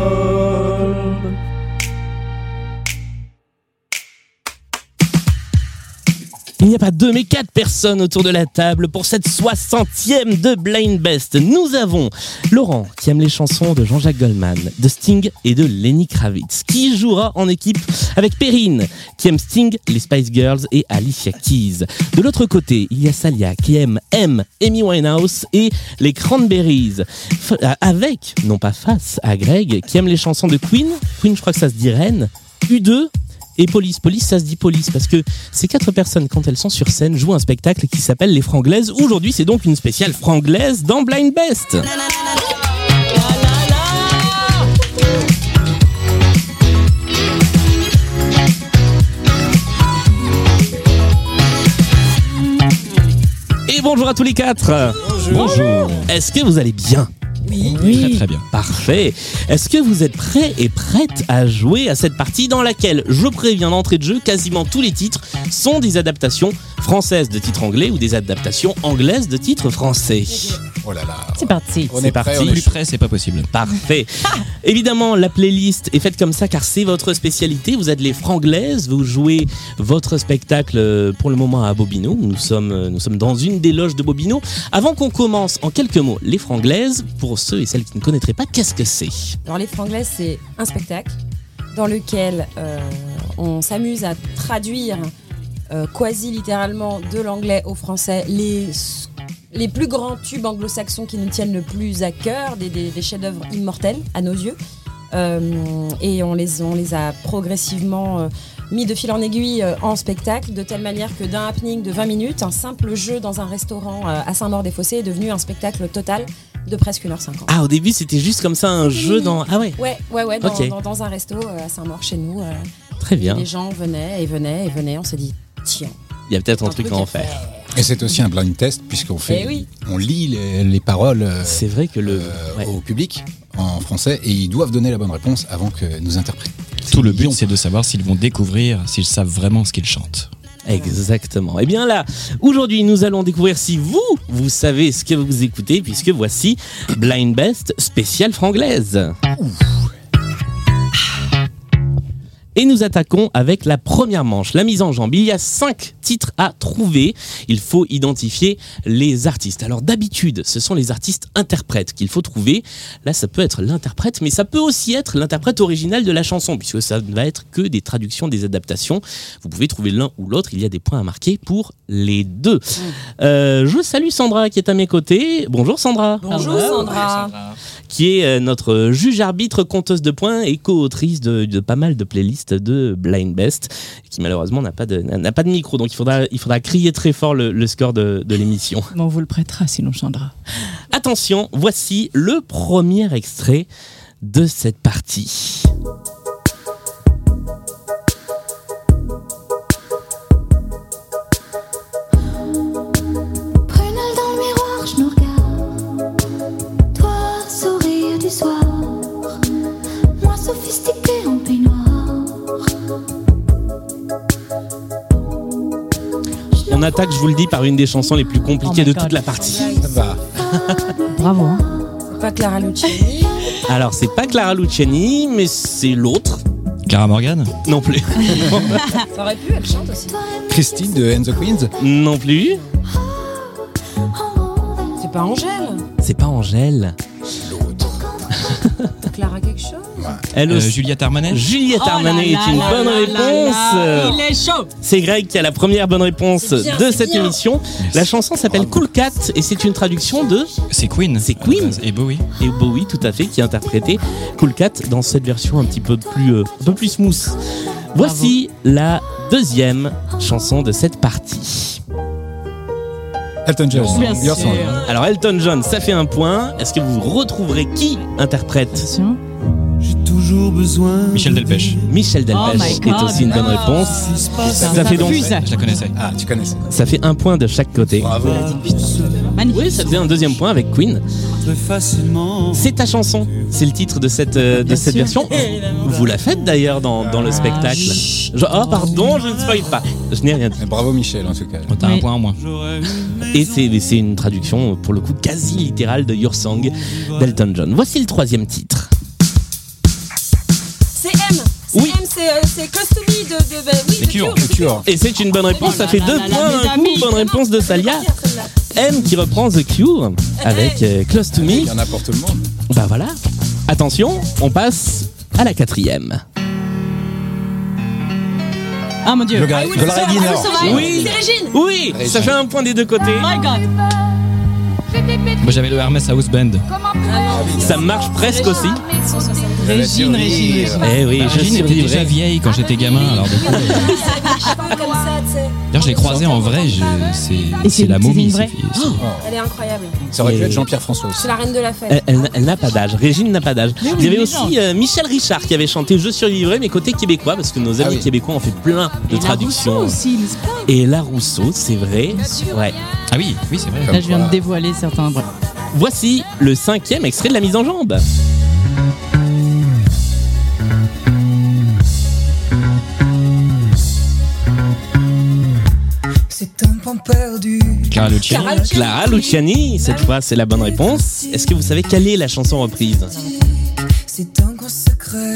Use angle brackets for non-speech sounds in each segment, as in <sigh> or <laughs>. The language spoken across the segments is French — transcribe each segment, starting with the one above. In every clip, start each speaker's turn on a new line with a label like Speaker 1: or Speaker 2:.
Speaker 1: Stockholm. Il n'y a pas deux mais quatre personnes autour de la table pour cette 60e de Blind Best. Nous avons Laurent qui aime les chansons de Jean-Jacques Goldman, de Sting et de Lenny Kravitz, qui jouera en équipe avec Perrine qui aime Sting, les Spice Girls et Alicia Keys. De l'autre côté, il y a Salia qui aime M, Amy Winehouse et les Cranberries. F- euh, avec, non pas face, à Greg qui aime les chansons de Queen, Queen je crois que ça se dit Reine, U2 et police. Police, ça se dit police parce que ces quatre personnes, quand elles sont sur scène, jouent un spectacle qui s'appelle Les Franglaises. Aujourd'hui, c'est donc une spéciale franglaise dans Blind Best. Et bonjour à tous les quatre.
Speaker 2: Bonjour.
Speaker 1: Est-ce que vous allez bien
Speaker 2: Très très bien.
Speaker 1: Parfait. Est-ce que vous êtes prêts et prêtes à jouer à cette partie dans laquelle, je préviens d'entrée de jeu, quasiment tous les titres sont des adaptations françaises de titres anglais ou des adaptations anglaises de titres français
Speaker 3: Oh là là.
Speaker 4: C'est parti.
Speaker 3: On
Speaker 1: C'est
Speaker 3: est prêt,
Speaker 1: parti.
Speaker 3: on est
Speaker 2: Plus
Speaker 3: chaud.
Speaker 2: près, c'est pas possible.
Speaker 3: <laughs>
Speaker 1: Parfait. Évidemment, la playlist est faite comme ça car c'est votre spécialité. Vous êtes les franglaises, vous jouez votre spectacle euh, pour le moment à Bobino. Nous sommes, euh, nous sommes dans une des loges de Bobino. Avant qu'on commence, en quelques mots, les franglaises, pour ceux et celles qui ne connaîtraient pas, qu'est-ce que c'est
Speaker 4: Alors les franglais, c'est un spectacle dans lequel euh, on s'amuse à traduire euh, quasi littéralement de l'anglais au français les les plus grands tubes anglo-saxons qui nous tiennent le plus à cœur, des, des- des chefs-d'œuvre immortels à nos yeux. Euh, et on les, on les a progressivement euh, mis de fil en aiguille euh, en spectacle, de telle manière que d'un happening de 20 minutes, un simple jeu dans un restaurant euh, à Saint-Maur-des-Fossés est devenu un spectacle total de presque 1h50.
Speaker 1: Ah, au début, c'était juste comme ça un jeu dans. Ah ouais,
Speaker 4: Ouais, ouais, ouais, dans,
Speaker 1: Ok. Ah.
Speaker 4: dans- dans un resto euh, à Saint-Maur chez nous. euh,
Speaker 1: très bien.
Speaker 4: les gens venaient et venaient et venaient. On s'est dit, tiens,
Speaker 1: Il y a peut-être un
Speaker 4: un
Speaker 1: truc à
Speaker 4: truc à
Speaker 1: en faire.
Speaker 3: Et c'est aussi un blind test puisqu'on fait,
Speaker 4: Eh oui.
Speaker 3: on lit les, les paroles euh,
Speaker 1: C'est vrai que le.
Speaker 3: euh,
Speaker 1: ouais.
Speaker 3: au public en français et ils doivent donner la bonne réponse avant que nous interprétions.
Speaker 2: Tout le
Speaker 3: mignon.
Speaker 2: but, c'est de savoir s'ils vont découvrir, s'ils savent vraiment ce qu'ils chantent.
Speaker 1: Exactement. Et bien là, aujourd'hui, nous allons découvrir si vous, vous savez ce que vous écoutez, puisque voici Blind Best spécial franglaise. Et nous attaquons avec la première manche, la mise en jambe. Il y a cinq titres à trouver. Il faut identifier les artistes. Alors d'habitude, ce sont les artistes interprètes qu'il faut trouver. Là, ça peut être l'interprète, mais ça peut aussi être l'interprète original de la chanson, puisque ça ne va être que des traductions, des adaptations. Vous pouvez trouver l'un ou l'autre. Il y a des points à marquer pour les deux. Euh, je salue Sandra qui est à mes côtés. Bonjour Sandra.
Speaker 4: bonjour Ah Sandra.
Speaker 1: Qui est euh, notre juge arbitre, conteuse de points et co-autrice de, de pas mal de playlists de Blind Best, qui malheureusement n'a pas de n'a pas de micro, donc il faudra il faudra crier très fort le, le score de, de
Speaker 5: <laughs>
Speaker 1: l'émission.
Speaker 5: Mais on vous le prêtera sinon Chandra.
Speaker 1: Attention, voici le premier extrait de cette partie.
Speaker 6: Prunelle dans le miroir, je nous regarde. Toi, sourire du soir. Moi, sophistiquée en peignoir.
Speaker 1: On attaque, je vous le dis, par une des chansons les plus compliquées
Speaker 5: Oh
Speaker 1: de
Speaker 5: my
Speaker 1: toute
Speaker 5: God.
Speaker 1: la partie.
Speaker 3: Ça va.
Speaker 5: Bravo. hein.
Speaker 4: Pas Clara Luciani.
Speaker 1: Alors c'est pas Clara Luciani, mais c'est l'autre
Speaker 2: Clara Morgan
Speaker 1: non
Speaker 5: <laughs>
Speaker 1: plus,
Speaker 4: <laughs> Ça aurait pu, elle chante aussi.
Speaker 3: Christine de And the Queens.
Speaker 1: non plus.
Speaker 4: C'est pas Angèle
Speaker 1: C'est pas Angèle.
Speaker 4: Clara quelque chose
Speaker 1: Elle
Speaker 2: Euh,
Speaker 1: aussi.
Speaker 2: Juliette Armanet
Speaker 1: Juliette
Speaker 5: Oh
Speaker 1: Armanet est une bonne réponse.
Speaker 5: Il est chaud.
Speaker 1: C'est Greg qui a la première bonne réponse
Speaker 4: C'est bien,
Speaker 1: de
Speaker 4: c'est
Speaker 1: cette
Speaker 4: bien.
Speaker 1: émission. La chanson s'appelle Cool Cat et c'est une traduction de
Speaker 2: C'est Queen.
Speaker 1: C'est Queen.
Speaker 2: À la base. Et Bowie.
Speaker 1: et Bowie tout à fait qui a interprété Cool Cat dans cette version un petit peu plus euh, un peu plus smooth. Voici la deuxième chanson de cette partie.
Speaker 3: Elton John.
Speaker 5: Bien
Speaker 3: Your
Speaker 5: sûr.
Speaker 3: Song.
Speaker 1: Alors Elton John, ça fait un point. Est-ce que vous retrouverez qui interprète
Speaker 5: Attention.
Speaker 7: J'ai toujours besoin.
Speaker 2: Michel Delpech.
Speaker 1: Michel
Speaker 5: Oh
Speaker 1: Delpech
Speaker 5: my
Speaker 1: est
Speaker 5: God.
Speaker 1: aussi une bonne réponse.
Speaker 5: Ça,
Speaker 1: fait donc-
Speaker 5: fuse.
Speaker 2: Je la connaissais.
Speaker 3: Ah, tu connais ça.
Speaker 1: Ça fait un point de chaque côté.
Speaker 3: Bravo.
Speaker 5: Magnifique.
Speaker 1: Oui, ça faisait un deuxième point avec Queen.
Speaker 7: facilement.
Speaker 1: C'est ta chanson, c'est le titre de cette, euh, de
Speaker 5: Bien
Speaker 1: cette
Speaker 5: sûr.
Speaker 1: version. Vous la faites d'ailleurs dans, dans
Speaker 2: Ah,
Speaker 1: le spectacle. Je- oh, pardon, je ne spoil pas. Je n'ai rien dit.
Speaker 3: Mais bravo Michel en tout cas.
Speaker 2: T'as un
Speaker 5: Oui.
Speaker 2: point en moins.
Speaker 1: Et c'est c'est une traduction, pour le coup, quasi littérale de Your Song d'Elton John. Voici le troisième titre.
Speaker 4: c'est Costumi de, de, de- oui,
Speaker 2: Les
Speaker 4: de
Speaker 2: cures.
Speaker 4: Cure.
Speaker 3: Culture.
Speaker 1: Et c'est une bonne réponse, ça
Speaker 5: là
Speaker 1: fait
Speaker 5: là
Speaker 1: deux
Speaker 5: là,
Speaker 1: points
Speaker 5: mes
Speaker 1: d'un coup.
Speaker 5: amis.
Speaker 1: Bonne réponse
Speaker 4: Ah,
Speaker 1: de Salia.
Speaker 4: Cure.
Speaker 1: M qui reprend The Cure avec euh, Close to Me.
Speaker 3: Il y en a pour tout le monde.
Speaker 1: Bah voilà. Attention, on passe à la quatrième.
Speaker 5: Ah mon dieu.
Speaker 3: Le gars,
Speaker 4: I will
Speaker 3: de la
Speaker 4: survive.
Speaker 3: Regina.
Speaker 4: I will survive.
Speaker 1: Oui.
Speaker 4: C'est Régine.
Speaker 1: Oui,
Speaker 3: Allez,
Speaker 1: ça
Speaker 3: Jean.
Speaker 1: fait un point des deux côtés.
Speaker 5: Oh My God.
Speaker 2: Moi j'avais le Hermès House Band. Bah,
Speaker 1: Ça marche presque aussi.
Speaker 5: Régine, Régine, Régine.
Speaker 1: Eh oui, je
Speaker 2: Imagine,
Speaker 1: suis
Speaker 2: était déjà vieille quand j'étais gamin. Alors, du coup,
Speaker 4: Ah, Pas comme ça, tu sais.
Speaker 2: d'ailleurs, je l'ai croisée en vrai. je- C'est
Speaker 5: c'est
Speaker 2: c'est Oh la
Speaker 5: une- c'est une
Speaker 2: momie.
Speaker 5: vraie
Speaker 2: c'est- c'est-
Speaker 4: Elle est incroyable.
Speaker 3: Ça aurait pu
Speaker 1: Et-
Speaker 3: être Jean-Pierre François aussi.
Speaker 4: C'est la reine de la fête.
Speaker 1: Elle, elle- elle n'a pas d'âge. Régine n'a pas d'âge.
Speaker 5: Mais oui,
Speaker 1: Il y avait
Speaker 5: mais
Speaker 1: aussi euh, Michel Richard qui avait chanté Je survivrai, mais côté québécois, parce que nos
Speaker 3: Ah
Speaker 1: amis
Speaker 3: oui.
Speaker 1: québécois ont fait plein de
Speaker 5: Et la Rousseau
Speaker 1: traductions.
Speaker 5: aussi, n'est-ce pas
Speaker 1: Et la Rousseau, c'est vrai. Ouais.
Speaker 2: Ah oui, oui, c'est vrai.
Speaker 5: Là, je viens de dévoiler certains. voilà.
Speaker 1: Voici le cinquième extrait de la mise en jambe.
Speaker 8: C'est un pan perdu.
Speaker 2: Clara Luciani.
Speaker 4: Clara Luciani.
Speaker 1: Clara Luciani, cette fois c'est la bonne réponse. Est-ce que vous savez quelle est la chanson reprise
Speaker 8: C'est un grand
Speaker 1: Eh.
Speaker 8: secret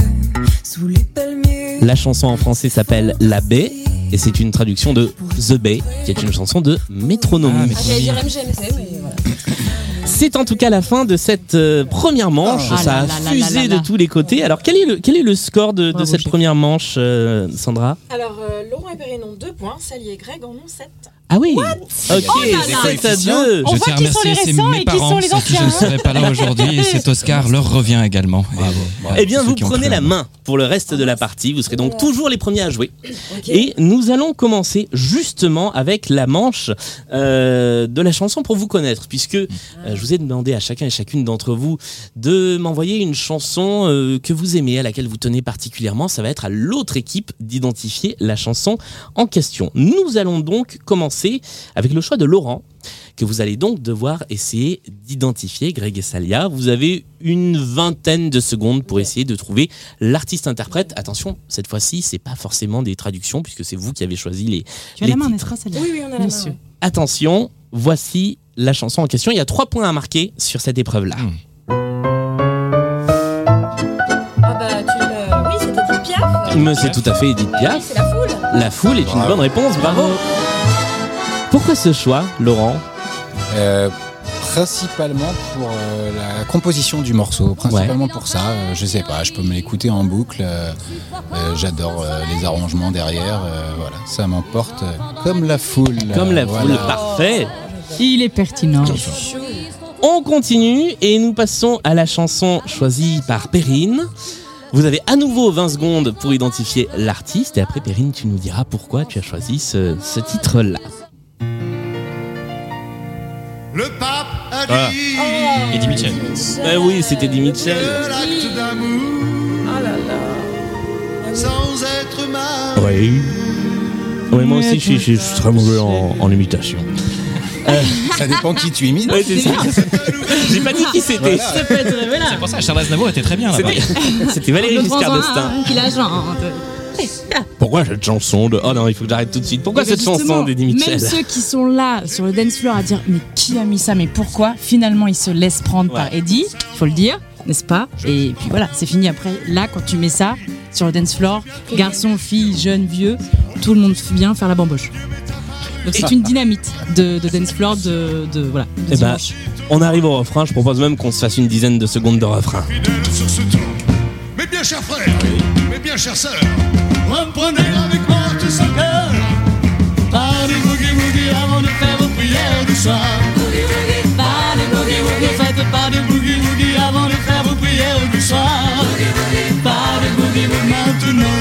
Speaker 8: sous les palmiers.
Speaker 1: La chanson en français s'appelle La Baie et c'est une traduction de The Bay, qui est une chanson de
Speaker 2: Ah,
Speaker 1: métronomie.
Speaker 2: mais-
Speaker 4: Ah, J'allais dire MGMC, mais voilà.
Speaker 1: C'est en tout cas la fin de cette euh, première manche.
Speaker 5: Ah
Speaker 1: Ça a
Speaker 5: là là là
Speaker 1: fusé
Speaker 5: là là.
Speaker 1: de tous les côtés. Alors quel est le, quel est le score de, de
Speaker 5: Bravo,
Speaker 1: cette
Speaker 5: Gilles.
Speaker 1: première manche, euh, Sandra
Speaker 9: Alors, euh, Laurent et Perrinon, 2 points. Sally et Greg en ont 7.
Speaker 1: Ah oui Ok,
Speaker 3: Oh là là.
Speaker 1: 7 à 2
Speaker 5: On
Speaker 2: Je
Speaker 5: voit
Speaker 2: tiens à
Speaker 5: qui sont les
Speaker 2: remercier, c'est
Speaker 5: récents
Speaker 2: mes
Speaker 5: et qui
Speaker 2: parents
Speaker 5: sont les
Speaker 2: sans qui je
Speaker 5: anciens.
Speaker 2: ne serais pas là aujourd'hui et cet Oscar leur revient également. Et- voilà,
Speaker 1: Eh bien,
Speaker 2: tous ceux
Speaker 1: vous
Speaker 2: qui ont
Speaker 1: prenez
Speaker 2: cru.
Speaker 1: la main pour le reste de la partie. Vous serez donc toujours les premiers à jouer.
Speaker 4: Ok.
Speaker 1: Et nous allons commencer justement avec la manche euh, de la chanson pour vous connaître, puisque euh, je vous ai demandé à chacun et chacune d'entre vous de m'envoyer une chanson euh, que vous aimez, à laquelle vous tenez particulièrement. Ça va être à l'autre équipe d'identifier la chanson en question. Nous allons donc commencer avec le choix de Laurent, que vous allez donc devoir essayer d'identifier, Greg et Salia. Vous avez une vingtaine de secondes pour essayer de trouver l'artiste-interprète. Attention, cette fois-ci, c'est pas forcément des traductions, puisque c'est vous qui avez choisi les...
Speaker 5: Tu as la
Speaker 1: les
Speaker 5: main,
Speaker 1: titres.
Speaker 5: n'est-ce pas celle-là
Speaker 4: Oui, oui, on a la main.
Speaker 5: Monsieur.
Speaker 1: Attention, voici la chanson en question. Il y a trois points à marquer sur cette épreuve-là.
Speaker 2: Mm.
Speaker 4: Ah bah, tu l'as. Oui, c'était Edith Piaf.
Speaker 1: Mais c'est tout à fait Edith
Speaker 4: Bah oui,
Speaker 1: Piaf.
Speaker 4: c'est la foule.
Speaker 1: La foule est une
Speaker 3: Bravo.
Speaker 1: bonne réponse, bravo Pourquoi ce choix, Laurent
Speaker 3: Euh, principalement pour euh, la composition du morceau, principalement pour ça. euh, je sais pas, je peux me l'écouter en boucle. euh, euh, J'adore euh, les arrangements derrière. euh, voilà, ça m'emporte euh, comme la foule.
Speaker 1: Comme la
Speaker 3: Voilà.
Speaker 1: foule, parfait
Speaker 5: Il est pertinent.
Speaker 1: On continue et nous passons à la chanson choisie par Perrine. Vous avez à nouveau 20 secondes pour identifier l'artiste et après Perrine, tu nous diras pourquoi tu as choisi ce, ce titre-là.
Speaker 10: Le pape a
Speaker 2: Ah.
Speaker 10: dit
Speaker 2: Eddie Mitchell.
Speaker 1: Bah oui, c'était dit Mitchell.
Speaker 10: que l'acte d'amour, sans être mal,
Speaker 1: Oui. Oui, moi aussi, je suis- je suis, je suis très mauvais en, en imitation.
Speaker 3: Ça dépend qui tu imites.
Speaker 1: Ouais, c'est ça. J'ai pas dit qui c'était.
Speaker 5: Ça peut être voilà.
Speaker 2: C'est pour ça, Charles Aznavour était très bien là-bas.
Speaker 1: C'était- C'était Valérie Giscard d'Estaing.
Speaker 5: Qui la chante.
Speaker 1: Pourquoi cette chanson de. Oh non, il faut que j'arrête tout de suite. Pourquoi
Speaker 5: Eh ben
Speaker 1: cette
Speaker 5: justement,
Speaker 1: chanson d'Eddie Mitchell
Speaker 5: Même ceux qui sont là sur le dance floor à dire mais qui a mis ça, mais pourquoi Finalement, ils se laissent prendre
Speaker 1: Ouais.
Speaker 5: par Eddie, faut le dire, n'est-ce pas Et puis voilà, c'est fini. Après, là, quand tu mets ça sur le dance floor, garçons, filles, jeunes, vieux, tout le monde vient faire la bamboche. Donc c'est une dynamite de, de dance floor de, de voilà. de
Speaker 1: Eh ben,
Speaker 5: dimanche.
Speaker 1: on arrive au refrain. Je propose même qu'on se fasse une dizaine de secondes de refrain.
Speaker 10: fidèle sur ce tour. Mes bien chers frères, mes bien chères sœurs, reprenez avec moi tout ce cœur. Allez, boogie, boogie, avant de faire vos prières du soir. Allez, boogie, boogie, faites pas de boogie, boogie, avant de faire vos prières du soir. Pas de boogie, boogie, maintenant.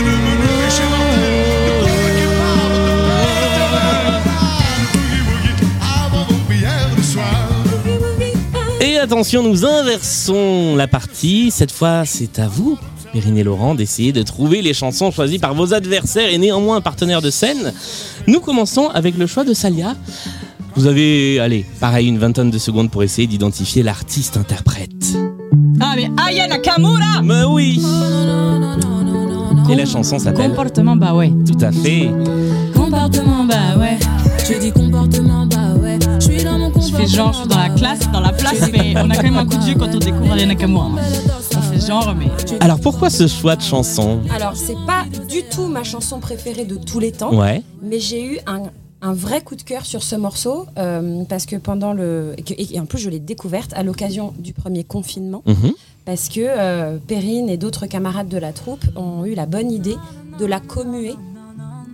Speaker 10: Mes chers frères, le temps qui parle, le temps qui parle. Boogie, boogie, avant vos prières du soir.
Speaker 1: Et attention, nous inversons la partie. Cette fois, c'est à vous, Perrine et Laurent, d'essayer de trouver les chansons choisies par vos adversaires et néanmoins partenaires de scène. Nous commençons avec le choix de Salia. Vous avez, allez, pareil, une vingtaine de secondes pour essayer d'identifier l'artiste-interprète. Ah,
Speaker 5: Ah mais Aya Nakamura
Speaker 1: Mais oui Et la
Speaker 5: Com-
Speaker 1: chanson s'appelle
Speaker 5: Comportement bah ouais.
Speaker 1: Tout à fait.
Speaker 5: Comportement bah ouais.
Speaker 8: Je dis comportement, bah ouais. Je suis dans mon
Speaker 5: Je fais genre je suis dans la classe, dans la place, mais on a quand même un coup de vieux quand on découvre Aya Nakamura. hein. On fait genre, mais.
Speaker 1: Alors pourquoi ce choix de chanson
Speaker 4: Alors, c'est pas du tout ma chanson préférée de tous les temps,
Speaker 1: Ouais.
Speaker 4: mais j'ai eu un, un vrai coup de cœur sur ce morceau euh, parce que pendant le. Et, que- et en plus, je l'ai découverte à l'occasion du premier confinement
Speaker 1: Mhm.
Speaker 4: parce que euh, Perrine et d'autres camarades de la troupe ont eu la bonne idée de la commuer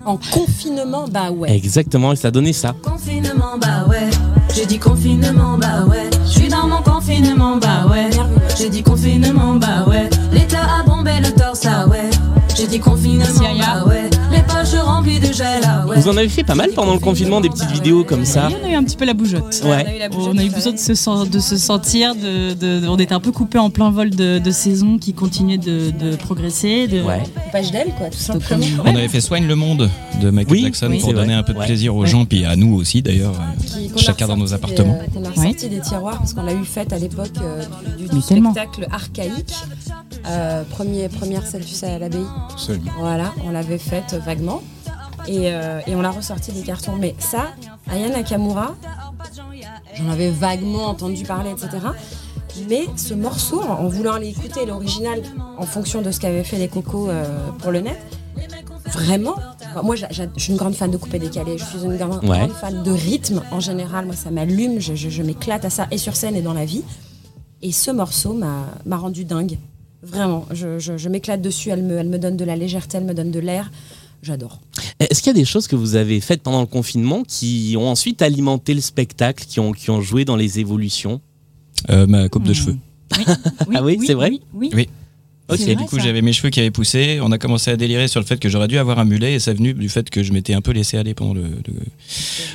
Speaker 4: en confinement. Bah ouais.
Speaker 1: Exactement, et ça donnait ça.
Speaker 11: Confinement, bah ouais. J'ai dit confinement, bah ouais. Je suis dans mon confinement, bah ouais. J'ai dit confinement, bah ouais. L'état a bombé le torse, ah ouais. J'ai dit confinement, bah ouais. Les poches remplies de gel, ah ouais.
Speaker 1: Vous en avez fait pas mal pendant le confinement, des petites vidéos comme ça.
Speaker 5: On a eu un petit peu la bougeotte.
Speaker 1: Ah. Ouais.
Speaker 5: On a eu besoin de se, sen- de se sentir, de, de- on était un peu coupé en plein vol de, de saison qui continuait de, de progresser. De... euh,
Speaker 1: Ouais.
Speaker 4: Page d'elle, quoi, tout simplement.
Speaker 2: On avait fait Soigne le monde de Michael Jackson
Speaker 4: Oui,
Speaker 2: pour
Speaker 4: c'est
Speaker 2: donner
Speaker 4: vrai.
Speaker 2: un peu de
Speaker 1: Ouais.
Speaker 2: plaisir aux
Speaker 1: Ouais.
Speaker 2: gens, puis à nous aussi d'ailleurs,
Speaker 4: Qui-
Speaker 2: euh,
Speaker 4: qu'on a
Speaker 2: chacun dans nos
Speaker 4: ressorti des-
Speaker 2: appartements.
Speaker 4: qu'on a ressorti des tiroirs parce qu'on l'a eu faite à l'époque euh, du, du
Speaker 5: Mais tellement.
Speaker 4: spectacle archaïque. Euh, premier, première scène, tu sais, à l'abbaye.
Speaker 3: Absolument.
Speaker 4: Voilà, on l'avait faite euh, vaguement. Et, euh, et on l'a ressorti des cartons. Mais ça, Aya Nakamura, j'en avais vaguement entendu parler, etc. Mais ce morceau, en voulant aller écouter l'original en fonction de ce qu'avaient fait les cocos euh, pour le net, vraiment, enfin, moi j'a- j'a- je suis une grande fan de couper décalé, je suis une grande,
Speaker 1: Ouais.
Speaker 4: grande fan de rythme en général, moi ça m'allume, je, je- je m'éclate à ça et sur scène et dans la vie. Et ce morceau m'a m'a rendu dingue, vraiment, je, je- je m'éclate dessus, elle me, elle me donne de la légèreté, elle me donne de l'air, j'adore.
Speaker 1: Est-ce qu'il y a des choses que vous avez faites pendant le confinement qui ont ensuite alimenté le spectacle, qui ont, qui ont joué dans les évolutions
Speaker 2: Euh, ma coupe de cheveux.
Speaker 1: Ah oui, c'est vrai
Speaker 5: Oui.
Speaker 2: Oui.
Speaker 1: Ok.
Speaker 2: Et du coup, j'avais mes cheveux qui avaient poussé. On a commencé à délirer sur le fait que j'aurais dû avoir un mulet et ça venu du fait que je m'étais un peu laissé aller pendant le. le-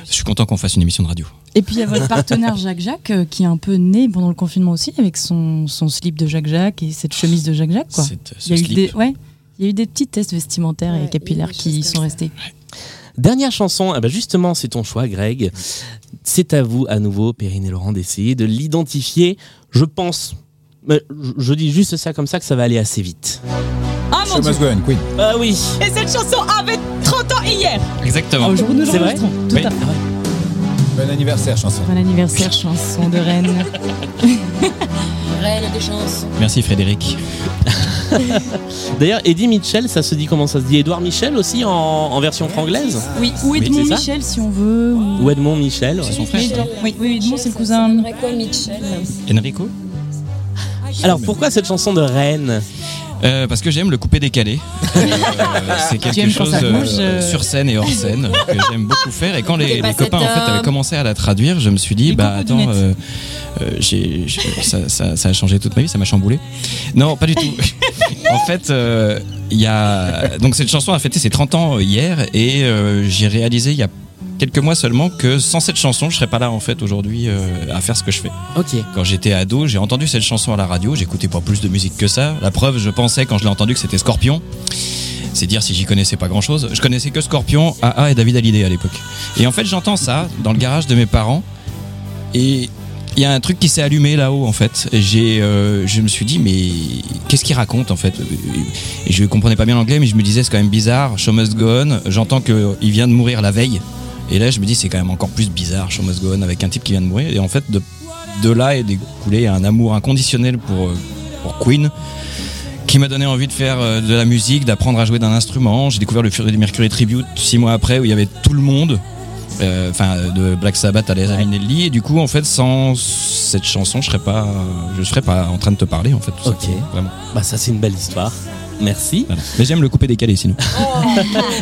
Speaker 2: Je suis content qu'on fasse une émission de radio.
Speaker 5: Et puis il y a votre
Speaker 1: <laughs>
Speaker 5: partenaire Jacques Jacques euh, qui est un peu né pendant le confinement aussi avec son, son slip de Jacques Jacques et cette chemise de Jacques Jacques. Quoi.
Speaker 2: Cette- euh, ce
Speaker 5: il, y a eu
Speaker 2: slip.
Speaker 5: des, ouais, il y a eu des petits tests vestimentaires
Speaker 4: Ouais,
Speaker 5: et capillaires
Speaker 4: il y a des
Speaker 5: qui y
Speaker 4: choses
Speaker 5: sont
Speaker 4: comme
Speaker 5: restés.
Speaker 1: Dernière chanson, ah bah justement, c'est ton choix, Greg. C'est à vous, à nouveau, Perrine et Laurent, d'essayer de l'identifier. Je pense, mais je- je dis juste ça comme ça, que ça va aller assez vite.
Speaker 5: Ah
Speaker 3: Show must go on, Queen.
Speaker 1: Ah oui
Speaker 5: Et cette chanson avait 30 ans hier
Speaker 2: Exactement.
Speaker 5: Au jour où nous
Speaker 1: C'est vrai
Speaker 5: l'enregistrons. Oh, Tout
Speaker 2: Oui.
Speaker 5: à fait.
Speaker 3: Bon anniversaire, chanson.
Speaker 5: Bon anniversaire, chanson de Rennes.
Speaker 4: Reine des chances.
Speaker 2: Merci Frédéric.
Speaker 1: D'ailleurs, Eddie Mitchell, ça se dit comment ça se dit Edouard Michel aussi en, en version franglaise
Speaker 5: Oui, ou
Speaker 1: Oui,
Speaker 5: Edmond
Speaker 1: c'est ça.
Speaker 5: Michel si on veut. ou-
Speaker 1: Ou Edmond Michel
Speaker 2: C'est son frère. ça.
Speaker 5: Oui, oui, Edmond c'est le
Speaker 4: Ça
Speaker 5: cousin.
Speaker 4: donnerait quoi, Mitchell
Speaker 2: Enrico
Speaker 1: Alors pourquoi cette chanson de Rennes
Speaker 2: Euh, Parce que j'aime le coupé
Speaker 5: <laughs>
Speaker 2: décalé. Euh, c'est quelque
Speaker 5: J'aime quand
Speaker 2: chose
Speaker 5: ça bouge,
Speaker 2: euh,
Speaker 5: euh.
Speaker 2: sur scène et hors scène
Speaker 5: <laughs>
Speaker 2: euh, que j'aime beaucoup faire. Et quand les,
Speaker 4: Et
Speaker 2: les
Speaker 4: pas
Speaker 2: copains en
Speaker 4: cet
Speaker 2: fait avaient
Speaker 4: homme.
Speaker 2: commencé à la traduire, je me suis dit
Speaker 5: Les
Speaker 2: bah
Speaker 5: cocos du
Speaker 2: attends,
Speaker 5: net.
Speaker 2: euh, euh, j'ai- j'ai- ça, ça- ça a changé toute ma vie, ça m'a chamboulé. Non, pas du
Speaker 5: <laughs>
Speaker 2: tout. en fait, euh, il y a donc cette chanson a fêté ses 30 ans euh, hier et euh, j'ai réalisé il y a quelques mois seulement que sans cette chanson, je serais pas là en fait aujourd'hui euh, à faire ce que je fais.
Speaker 1: Ok.
Speaker 2: Quand j'étais ado, j'ai entendu cette chanson à la radio, j'écoutais pas plus de musique que ça. La preuve, je pensais quand je l'ai entendu que c'était Scorpion. C'est dire si j'y connaissais pas grand chose. Je connaissais que Scorpion, AA et David Hallyday à l'époque. Et en fait, j'entends ça dans le garage de mes parents. Et il y a un truc qui s'est allumé là-haut en fait. J'ai, euh, je me suis dit mais qu'est-ce qu'il raconte en fait Et je comprenais pas bien l'anglais, mais je me disais c'est quand même bizarre. Show must go on. J'entends qu'il vient de mourir la veille. Et là, je me dis c'est quand même encore plus bizarre. Show must go on avec un type qui vient de mourir. Et en fait, de, de là est découlé un amour inconditionnel pour euh, pour Queen qui m'a donné envie de faire euh, de la musique, d'apprendre à jouer d'un instrument. J'ai découvert le Fury Mercury Tribute six mois après où il y avait tout le monde, euh, enfin de Black Sabbath à Liza Minnelli. Et du coup, en fait, sans cette chanson, je serais pas, je serais pas en train de te parler en fait. tout
Speaker 1: Ok.
Speaker 2: simplement, vraiment.
Speaker 1: Bah ça c'est une belle histoire. Merci.
Speaker 2: Voilà. Mais j'aime le coupé décalé sinon.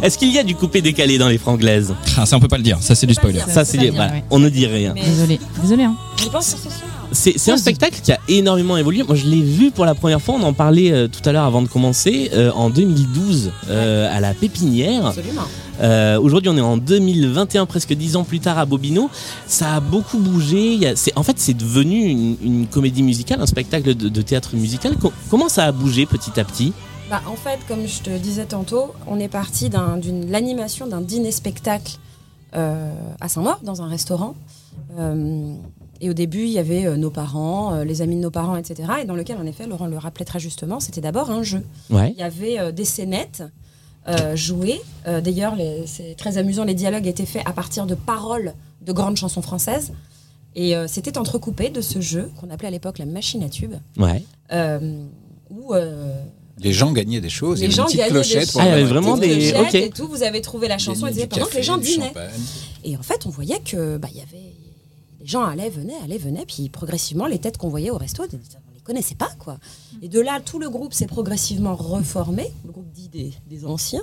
Speaker 1: Est-ce qu'il y a du coupé décalé dans les franglaises
Speaker 2: Ah, ça, on peut pas le dire. Ça, c'est du spoiler.
Speaker 1: Ça c'est
Speaker 5: pas
Speaker 1: des-
Speaker 5: bien,
Speaker 1: voilà,
Speaker 5: ouais.
Speaker 1: on ne dit rien.
Speaker 4: Mais
Speaker 5: Désolé, désolé. Hein.
Speaker 4: je pense que ce soir.
Speaker 1: C'est c'est un spectacle qui a énormément évolué. Moi, je l'ai vu pour la première fois. On en parlait euh, tout à l'heure avant de commencer euh, en 2012 euh, à la Pépinière.
Speaker 4: Absolument.
Speaker 1: Euh, Aujourd'hui, on est en 2021, presque 10 ans plus tard à Bobino. Ça a beaucoup bougé. Il y a- c'est- en fait, c'est devenu une, une comédie musicale, un spectacle de, de théâtre musical. Co- comment ça a bougé petit à petit
Speaker 4: Bah, en fait, comme je te disais tantôt, on est parti d'un- d'une l'animation d'un dîner-spectacle euh, à Saint-Maur, dans un restaurant. Euh, et au début, il y avait euh, nos parents, euh, les amis de nos parents, etc. Et dans lequel, en effet, Laurent le rappelait très justement, c'était d'abord un jeu.
Speaker 1: Ouais.
Speaker 4: Il y avait euh, des scénettes euh, jouées. Euh, D'ailleurs, les- c'est très amusant, les dialogues étaient faits à partir de paroles de grandes chansons françaises. Et euh, c'était entrecoupé de ce jeu qu'on appelait à l'époque la machine à tubes.
Speaker 1: Ouais.
Speaker 4: Euh, où euh,
Speaker 3: Les gens gagnaient des choses.
Speaker 4: les
Speaker 3: il y
Speaker 4: gens
Speaker 3: avait une
Speaker 4: gagnaient
Speaker 3: petite
Speaker 4: des
Speaker 3: clochette pour
Speaker 1: Ah, il y avait
Speaker 3: leur
Speaker 1: vraiment
Speaker 3: mater.
Speaker 1: des-
Speaker 4: clochettes
Speaker 1: ok.
Speaker 4: et tout. Vous avez trouvé la chanson.
Speaker 3: Gagnaient
Speaker 4: Elle disait
Speaker 3: du
Speaker 4: pendant que les
Speaker 3: café,
Speaker 4: gens
Speaker 3: du
Speaker 4: dînaient.
Speaker 3: champagne.
Speaker 4: Et en fait, on voyait que bah, il y avait les gens allaient, venaient, allaient, venaient, puis progressivement les têtes qu'on voyait au resto, on les connaissait pas quoi. Et de là, tout le groupe s'est progressivement reformé, le groupe dit des, des anciens.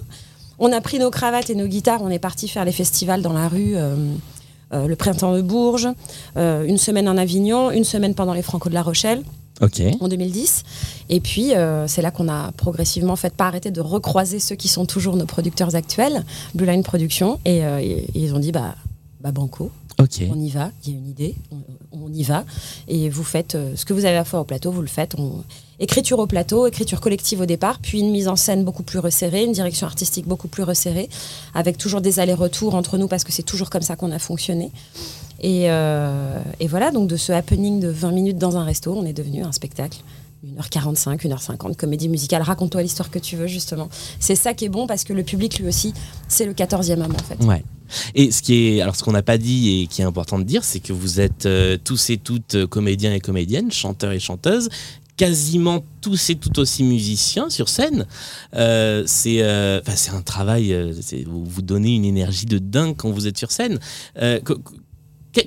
Speaker 4: On a pris nos cravates et nos guitares, on est parti faire les festivals dans la rue. euh, euh, le printemps de Bourges, euh, une semaine en Avignon, une semaine pendant les Franco de la Rochelle
Speaker 1: Ok.
Speaker 4: en 2010. Et puis, euh, c'est là qu'on a progressivement fait pas arrêter de recroiser ceux qui sont toujours nos producteurs actuels, Blue Line Productions. Et, euh, et- et ils ont dit, bah, bah banco,
Speaker 1: Ok.
Speaker 4: on y va, il y a une idée, on, on y va. Et vous faites euh, ce que vous avez à faire au plateau, vous le faites. On- Écriture au plateau, écriture collective au départ, puis une mise en scène beaucoup plus resserrée, une direction artistique beaucoup plus resserrée, avec toujours des allers-retours entre nous parce que c'est toujours comme ça qu'on a fonctionné. Et, euh, et voilà, donc de ce happening de 20 minutes dans un resto, on est devenu un spectacle. 1h45, 1h50, comédie musicale, raconte-toi l'histoire que tu veux justement. C'est ça qui est bon parce que le public lui aussi, c'est le 14e homme en fait.
Speaker 1: Ouais. Et ce qui est, alors ce qu'on n'a pas dit et qui est important de dire, c'est que vous êtes euh, tous et toutes euh, comédiens et comédiennes, chanteurs et chanteuses, quasiment tous et tout aussi musiciens sur scène. Euh, c'est, euh, enfin, c'est un travail. euh, c'est- vous vous donnez une énergie de dingue quand vous êtes sur scène. Euh, co- co-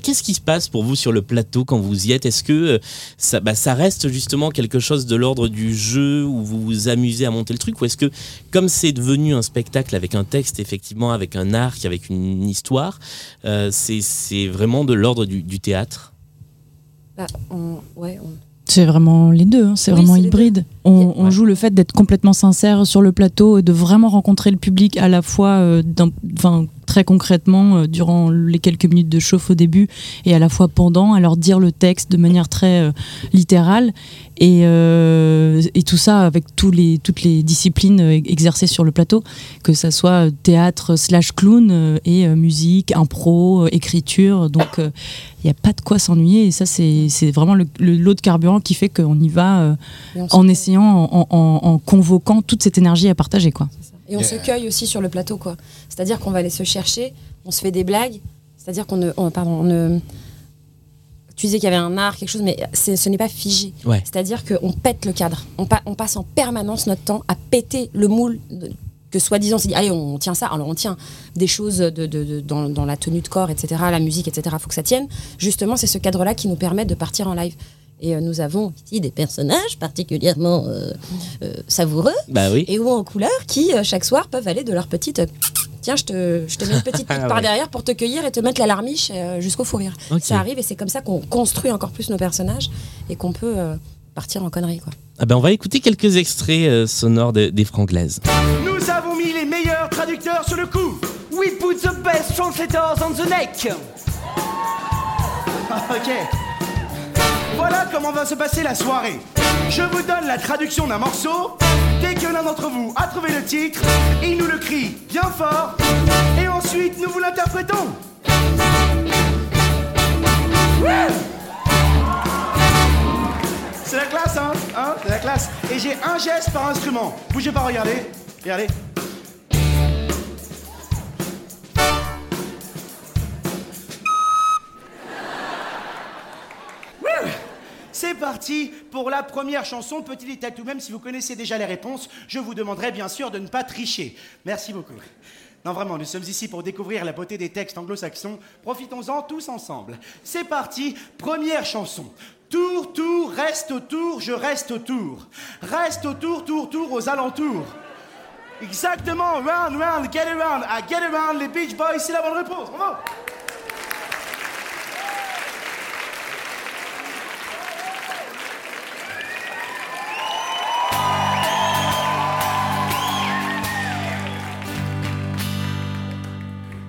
Speaker 1: Qu'est-ce qui se passe pour vous sur le plateau quand vous y êtes Est-ce que euh, ça, bah, ça reste justement quelque chose de l'ordre du jeu où vous vous amusez à monter le truc Ou est-ce que, comme c'est devenu un spectacle avec un texte, effectivement, avec un arc, avec une histoire, euh, c'est- c'est vraiment de l'ordre du, du théâtre
Speaker 4: Bah, on- ouais, on-
Speaker 5: C'est vraiment les deux, hein, c'est
Speaker 4: Oui,
Speaker 5: vraiment
Speaker 4: c'est les
Speaker 5: hybride. On, on joue le fait d'être complètement sincère sur le plateau et de vraiment rencontrer le public à la fois euh, dans- enfin, très concrètement euh, durant les quelques minutes de chauffe au début et à la fois pendant, à leur dire le texte de manière très euh, littérale et, euh, et tout ça avec tous les, toutes les disciplines euh, exercées sur le plateau, que ça soit euh, théâtre slash clown euh, et euh, musique, impro, euh, écriture. Donc euh, il n'y a pas de quoi s'ennuyer et ça c'est c'est vraiment le, le lot de carburant qui fait qu'on y va euh,
Speaker 4: Et on
Speaker 5: en essayant, en, en- en convoquant toute cette énergie à partager quoi.
Speaker 4: Et on
Speaker 5: Et,
Speaker 4: se
Speaker 5: euh,
Speaker 4: cueille aussi sur le plateau, quoi. C'est-à-dire qu'on va aller se chercher, on se fait des blagues, c'est-à-dire qu'on ne. on- pardon, on ne. Tu disais qu'il y avait un art, quelque chose, mais c'est- ce n'est pas figé.
Speaker 1: Ouais.
Speaker 4: C'est-à-dire qu'on pète le cadre. On, pa- on passe en permanence notre temps à péter le moule de- que soi-disant, c'est dit, allez, on, tient ça. Alors on tient des choses de, de- de- dans, dans la tenue de corps, etc., la musique, etc., faut que ça tienne. Justement, c'est ce cadre-là qui nous permet de partir en live. Et euh, nous avons ici des personnages particulièrement euh, euh, savoureux
Speaker 1: Bah oui.
Speaker 4: et ou en couleur qui, euh, chaque soir, peuvent aller de leur petite. euh, Tiens, je te, je te mets une petite pique
Speaker 1: Ouais.
Speaker 4: par derrière pour te cueillir et te mettre la larmiche euh, jusqu'au fou rire.
Speaker 1: Ok.
Speaker 4: Ça arrive et c'est comme ça qu'on construit encore plus nos personnages et qu'on peut euh, partir en conneries. Quoi.
Speaker 1: Ah ben, On va écouter quelques extraits euh, sonores de- des franglaises.
Speaker 12: Nous avons mis les meilleurs traducteurs sur le coup. We put the best translators on the neck. ok. Voilà comment va se passer la soirée. Je vous donne la traduction d'un morceau. Dès que l'un d'entre vous a trouvé le titre, il nous le crie bien fort. Et ensuite, nous vous l'interprétons. Ouais c'est la classe, hein, hein C'est la classe. Et j'ai un geste par instrument. Bougez pas, regardez. Regardez. Wouh C'est parti pour la première chanson. Petit détail tout de même, si vous connaissez déjà les réponses, je vous demanderai bien sûr de ne pas tricher. Merci beaucoup. Non, vraiment, nous sommes ici pour découvrir la beauté des textes anglo-saxons. Profitons-en tous ensemble. C'est parti, première chanson. Tour, tour, reste autour, je reste autour. Reste autour, tour, tour, aux alentours. Exactement, round, round, get around, I get around, les Beach Boys, c'est la bonne réponse. Bravo!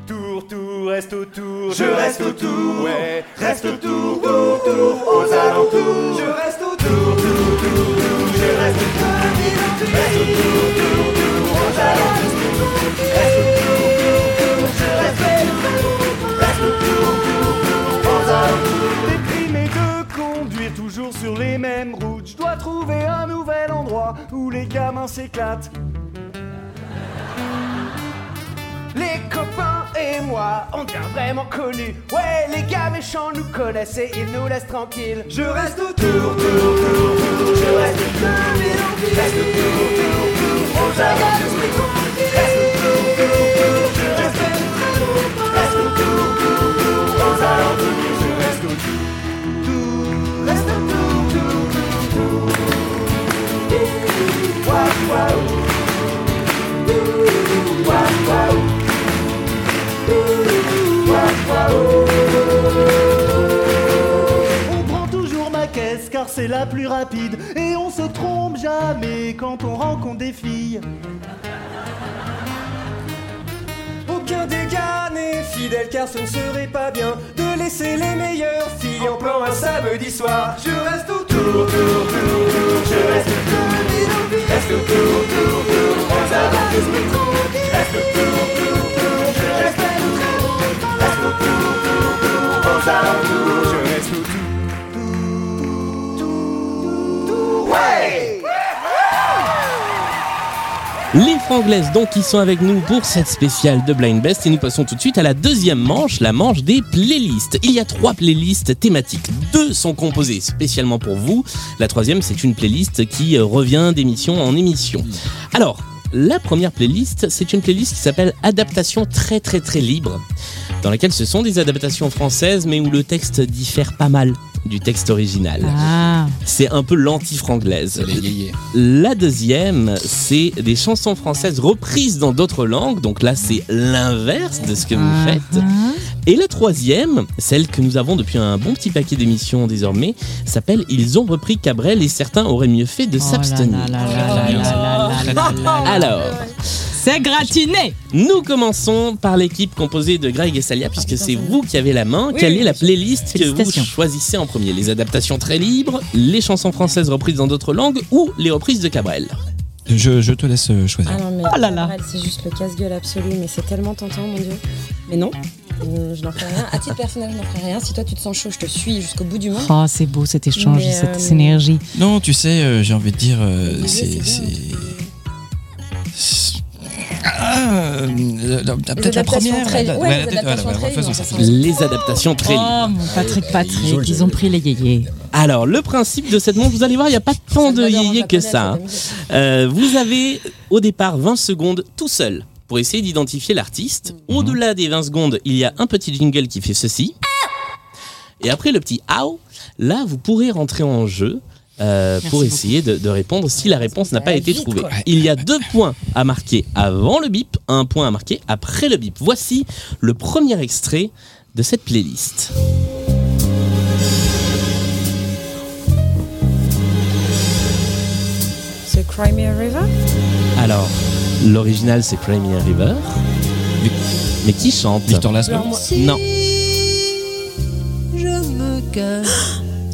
Speaker 13: Tour, tour, reste autour.
Speaker 12: Je reste autour,
Speaker 13: ouais.
Speaker 12: reste autour, tour, tour, aux alentours. Je reste autour, tour, tour, tour, tour, je reste autour. Reste autour, tour, tour, aux alentours. Reste autour, tour, tour, je reste autour. Reste autour, tour, tour, aux alentours.
Speaker 13: Déprimé de conduire toujours sur les mêmes routes. Je dois trouver un nouvel endroit où les gamins s'éclatent.
Speaker 12: Les copains et moi, on devient vraiment connus. Ouais, les gars méchants nous connaissent et ils nous laissent tranquilles. Je reste autour, tour, tour, tour, je reste autour.
Speaker 10: Just a blue, blue, blue rose à l'enduit. Just a blue, blue, blue, just a blue, just a blue, blue, blue rose à l'enduit. Je reste au doux, doux, reste au doux, doux, doux, doux. Waouh, waouh. Doux, waouh, waouh. Doux,
Speaker 13: On prend toujours ma caisse car c'est la plus rapide et on se trompe jamais quand on rencontre des filles.
Speaker 7: Aucun des gars n'est fidèle car ce ne serait pas bien de laisser les meilleures filles en plan un samedi soir. Je reste autour, tour, tour, tour, je reste autour, reste autour, tour, tour, on s'arrête tous mes coups. Reste autour, tour, tour, je reste autour, reste autour, tour, tour, on s'arrête tous, je reste autour. Tour, ouais!
Speaker 1: Les Franglaises donc qui sont avec nous pour cette spéciale de Blind Best et nous passons tout de suite à la deuxième manche, la manche des playlists. Il y a trois playlists thématiques. Deux sont composées spécialement pour vous. La troisième c'est une playlist qui euh, revient d'émission en émission. Alors, la première playlist c'est une playlist qui s'appelle Adaptation très très très libre dans laquelle ce sont des adaptations françaises mais où le texte diffère pas mal du texte original.
Speaker 5: Ah.
Speaker 1: C'est un peu l'anti-franglaise. <laughs> La deuxième, c'est des chansons françaises reprises dans d'autres langues. Donc là, c'est l'inverse de ce que
Speaker 2: Ah.
Speaker 5: Ah.
Speaker 1: vous faites. Et la troisième, celle que nous avons depuis un bon petit paquet d'émissions désormais, s'appelle Ils ont repris Cabrel et certains auraient mieux fait
Speaker 2: Oh
Speaker 5: Oh
Speaker 1: de s'abstenir. Alors,
Speaker 5: C'est gratiné
Speaker 1: nous commençons par l'équipe composée de Greg et Salia, puisque c'est vous qui avez la main.
Speaker 5: Oui,
Speaker 1: Quelle
Speaker 5: oui,
Speaker 1: est la playlist que vous
Speaker 5: Félicitations.
Speaker 1: choisissez en premier Les adaptations très libres, les chansons françaises reprises dans d'autres langues ou les reprises de Cabrel
Speaker 2: Je, je te laisse euh, choisir.
Speaker 4: Ah non, mais
Speaker 5: Oh là là.
Speaker 4: Cabrel, c'est juste le casse-gueule absolu, mais c'est tellement tentant, mon Dieu. Mais non, euh, je n'en ferai rien. À titre personnel, je n'en ferai rien. Si toi, tu te sens chaud, je te suis jusqu'au bout du monde.
Speaker 5: Oh, c'est beau cet échange,
Speaker 4: Mais,
Speaker 5: cette
Speaker 4: euh,
Speaker 5: cette énergie.
Speaker 2: Non, tu sais, euh, j'ai envie de dire, euh, c'est. c'est- c'est- Ah, euh, la- la- peut-être la
Speaker 4: adaptations
Speaker 2: première.
Speaker 4: très-
Speaker 2: la-
Speaker 4: ouais,
Speaker 2: la-
Speaker 4: les
Speaker 2: peut-être-
Speaker 4: adaptations
Speaker 2: voilà,
Speaker 4: très
Speaker 2: faisons
Speaker 4: libres,
Speaker 2: ça.
Speaker 4: ça,
Speaker 1: Les adaptations très libres.
Speaker 5: Oh, mon Patrick Patrick,
Speaker 1: joli.
Speaker 5: ils ont pris les yéyés.
Speaker 1: Alors, le principe de cette manche, vous allez voir, il n'y a pas tant de yéyé que ça. hein. Euh, vous avez au départ 20 secondes tout seul pour essayer d'identifier l'artiste. Au-delà des 20 secondes, il y a un petit jingle qui fait ceci. Et après le petit how, là, vous pourrez rentrer en jeu. euh, pour essayer de, de répondre si la réponse n'a pas été trouvée. Il y a deux points à marquer avant le bip, un point à marquer après le bip. Voici le premier extrait de cette playlist.
Speaker 4: Ce Crimea River
Speaker 1: Alors, l'original c'est Premier River. Mais qui chante
Speaker 2: Victor Laszlo
Speaker 1: Non.
Speaker 8: Je me cache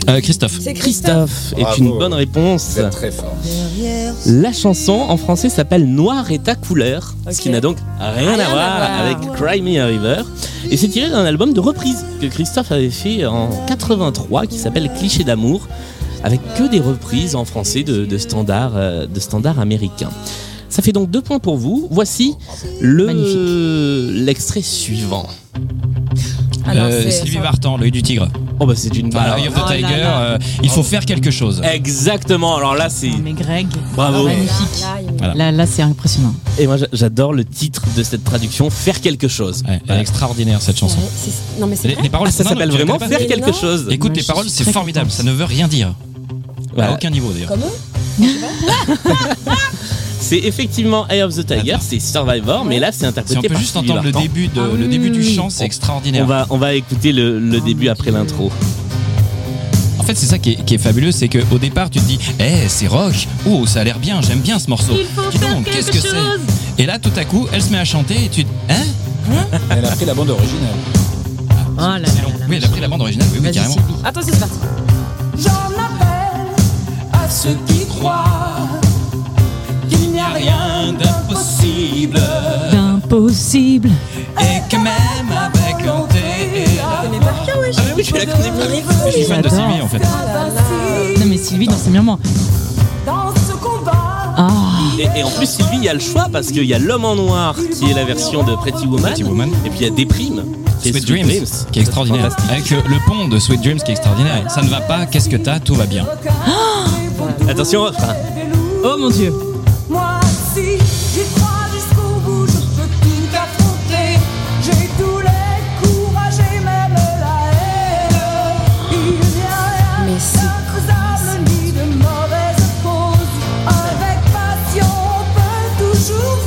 Speaker 2: Euh, Christophe.
Speaker 8: C'est
Speaker 1: Christophe est
Speaker 3: Bravo.
Speaker 1: une bonne réponse.
Speaker 3: Très fort.
Speaker 8: derrière.
Speaker 1: La chanson en français s'appelle Noir et ta couleur, ce qui n'a donc rien, à voir avec Cry Me a River. Et c'est tiré d'un album de reprise que Christophe avait fait en 83 qui s'appelle Cliché d'amour, avec que des reprises en français de, de standards, euh, de standards américains. Ça fait donc deux points pour vous. Voici le l'extrait suivant.
Speaker 2: Euh, Sylvie Vartan, l'œil du tigre.
Speaker 1: Oh bah c'est une
Speaker 2: Voilà,
Speaker 1: balle.
Speaker 2: Eye of the
Speaker 5: Oh là
Speaker 2: Tiger,
Speaker 5: là.
Speaker 2: euh, il faut faire quelque chose.
Speaker 1: Exactement. Alors là c'est
Speaker 5: Mais Greg,
Speaker 1: bravo.
Speaker 5: magnifique.
Speaker 4: Là, il-
Speaker 2: Voilà.
Speaker 5: Là, là c'est impressionnant.
Speaker 1: Et moi j'a- j'adore le titre de cette traduction, faire quelque chose.
Speaker 2: Ouais, elle est extraordinaire cette chanson.
Speaker 4: c'est- Non, mais c'est
Speaker 2: Les,
Speaker 4: vrai.
Speaker 2: les paroles,
Speaker 1: Ah, ça
Speaker 2: non, non,
Speaker 1: s'appelle
Speaker 2: tu
Speaker 1: vraiment
Speaker 2: reconnais pas.
Speaker 1: faire quelque chose.
Speaker 2: Écoute,
Speaker 5: Moi,
Speaker 2: les
Speaker 5: je
Speaker 2: paroles,
Speaker 5: suis
Speaker 2: c'est
Speaker 5: très
Speaker 2: formidable.
Speaker 5: contente.
Speaker 2: Ça ne veut rien dire.
Speaker 1: Voilà.
Speaker 2: À aucun niveau d'ailleurs.
Speaker 4: Comme eux
Speaker 1: C'est effectivement Eye of the Tiger,
Speaker 2: Attends.
Speaker 1: c'est Survivor, mais là c'est
Speaker 2: Si
Speaker 1: interprété
Speaker 2: on peut
Speaker 1: par
Speaker 2: juste
Speaker 1: Sylvie
Speaker 2: entendre le
Speaker 1: Vartan.
Speaker 2: début, de, le
Speaker 5: Ah
Speaker 2: début du
Speaker 5: oui.
Speaker 2: chant, c'est extraordinaire.
Speaker 1: On va, on va écouter le, le début après l'intro.
Speaker 2: En fait, c'est ça qui est, qui est fabuleux, c'est qu'au départ, tu te dis, eh, c'est rock, oh, ça a l'air bien, j'aime bien ce morceau. Dis donc, qu'est-ce que c'est Et là, tout à coup, elle se met à chanter et tu te hein
Speaker 3: Elle a pris la
Speaker 4: <laughs>
Speaker 3: bande originale.
Speaker 5: Oh là
Speaker 2: Ah,
Speaker 5: là
Speaker 2: C'est
Speaker 5: là
Speaker 2: long.
Speaker 5: là.
Speaker 2: Oui, elle a pris la bande originale, oui, oui,
Speaker 5: Vas-y,
Speaker 2: carrément.
Speaker 5: Sylvie.
Speaker 4: Attends, c'est parti.
Speaker 10: J'en appelle à ceux qui croient qu'il n'y a rien d'impossible
Speaker 5: D'impossible.
Speaker 2: Et que même avec un thé.
Speaker 1: Ah mais oui, je la connais pas.
Speaker 2: Je suis fan de
Speaker 5: J'adore.
Speaker 2: Sylvie, en fait.
Speaker 8: Ah, bah,
Speaker 5: Non mais Sylvie, non, c'est murmure.
Speaker 10: dans ce combat.
Speaker 5: Ah,
Speaker 1: Et, et en plus Sylvie, il y a le choix parce qu'il y a L'homme en noir qui est la version de Pretty Woman,
Speaker 2: Pretty Woman.
Speaker 1: et puis il y a Des Primes. qui est
Speaker 2: Sweet Dreams, qui est extraordinaire. Avec euh, le pont de Sweet
Speaker 4: Ah
Speaker 2: Dreams qui est extraordinaire. Ça ne va pas, qu'est-ce que t'as, tout va bien.
Speaker 1: Attention, refrain.
Speaker 5: Oh mon dieu.
Speaker 8: Moi, si j'y crois jusqu'au bout, je peux tout affronter. J'ai tous les courages et même la haine. Il n'y a rien d'infaisable ni de mauvaise cause. Avec passion, on peut toujours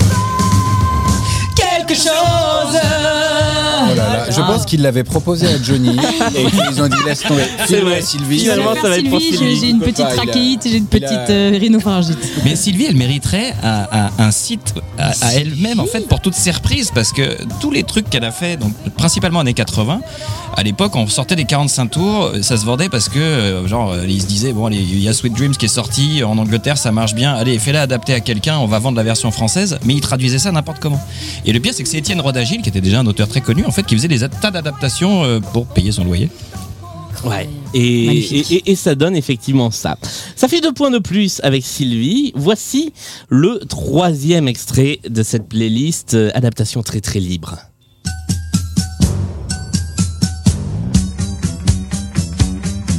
Speaker 8: faire quelque chose.
Speaker 3: Oh là là,
Speaker 1: Ah.
Speaker 3: je pense qu'ils l'avaient proposé à Johnny et qu'ils ont dit laisse tomber.
Speaker 1: C'est
Speaker 3: Filme
Speaker 1: vrai.
Speaker 3: Sylvie.
Speaker 1: Finalement, ça va être pour
Speaker 5: Sylvie, j'ai- j'ai une
Speaker 3: Il peut
Speaker 5: petite
Speaker 3: pas, il a-
Speaker 5: trachéite, j'ai une
Speaker 3: il a-
Speaker 5: petite euh, rhinopharyngite.
Speaker 2: Mais Sylvie, elle mériterait à- à un site à, à elle-même, en fait, pour toutes ses reprises, parce que tous les trucs qu'elle a fait, donc principalement années 80, à l'époque, on sortait des 45 tours, ça se vendait parce que, euh, genre, euh, ils se disaient, bon, allez, il y a Sweet Dreams qui est sorti, en Angleterre, ça marche bien, allez, fais-la adapter à quelqu'un, on va vendre la version française, mais ils traduisaient ça n'importe comment. Et le pire, c'est que c'est Étienne Rodagil, qui était déjà un auteur très connu, en fait, qui faisait des tas d'adaptations euh, pour payer son loyer.
Speaker 1: Ouais. Et, et, et- et ça donne effectivement ça. Ça fait deux points de plus avec Sylvie. Voici le troisième extrait de cette playlist euh, adaptation très très libre.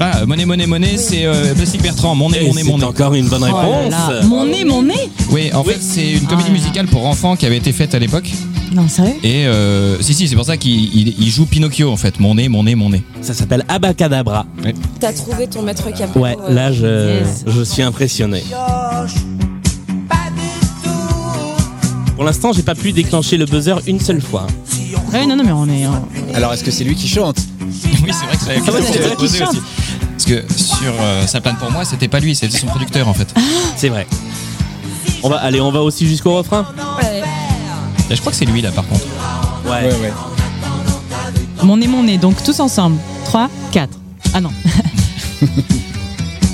Speaker 2: Ah, monnaie, monnaie, monnaie, c'est euh, Plastic Bertrand, mon nez,
Speaker 1: Et
Speaker 2: mon nez,
Speaker 1: c'est
Speaker 2: mon nez.
Speaker 1: encore une bonne
Speaker 5: Oh là là. Mon nez, mon nez
Speaker 2: Oui, en fait, c'est une comédie musicale pour enfants qui avait été faite à l'époque.
Speaker 5: Non, sérieux
Speaker 2: Et euh, si, si, c'est pour ça qu'il il- il joue Pinocchio en fait. Mon nez, mon nez, mon nez.
Speaker 1: Ça s'appelle Abacadabra.
Speaker 4: T'as trouvé ton maître capot.
Speaker 1: Ouais,
Speaker 5: Oh,
Speaker 4: euh,
Speaker 1: là je,
Speaker 4: yes.
Speaker 1: je suis impressionné. Pour l'instant, j'ai pas pu déclencher le buzzer une seule fois.
Speaker 5: Ouais, Ah non, non, mais on est. euh,
Speaker 3: Alors est-ce que c'est lui qui chante
Speaker 2: <laughs> Oui, c'est vrai que ça
Speaker 3: Ah ouais, c'est vrai
Speaker 2: posé
Speaker 3: qu'il
Speaker 2: aussi. Parce que sur euh, Sa plane pour moi, c'était pas lui, c'était son producteur en fait.
Speaker 1: C'est vrai. On va aller, on va aussi jusqu'au refrain.
Speaker 2: Là, je crois que c'est lui là par contre.
Speaker 1: Ouais.
Speaker 5: Mon nez, mon nez. Donc tous ensemble. 3, 4. Ah non.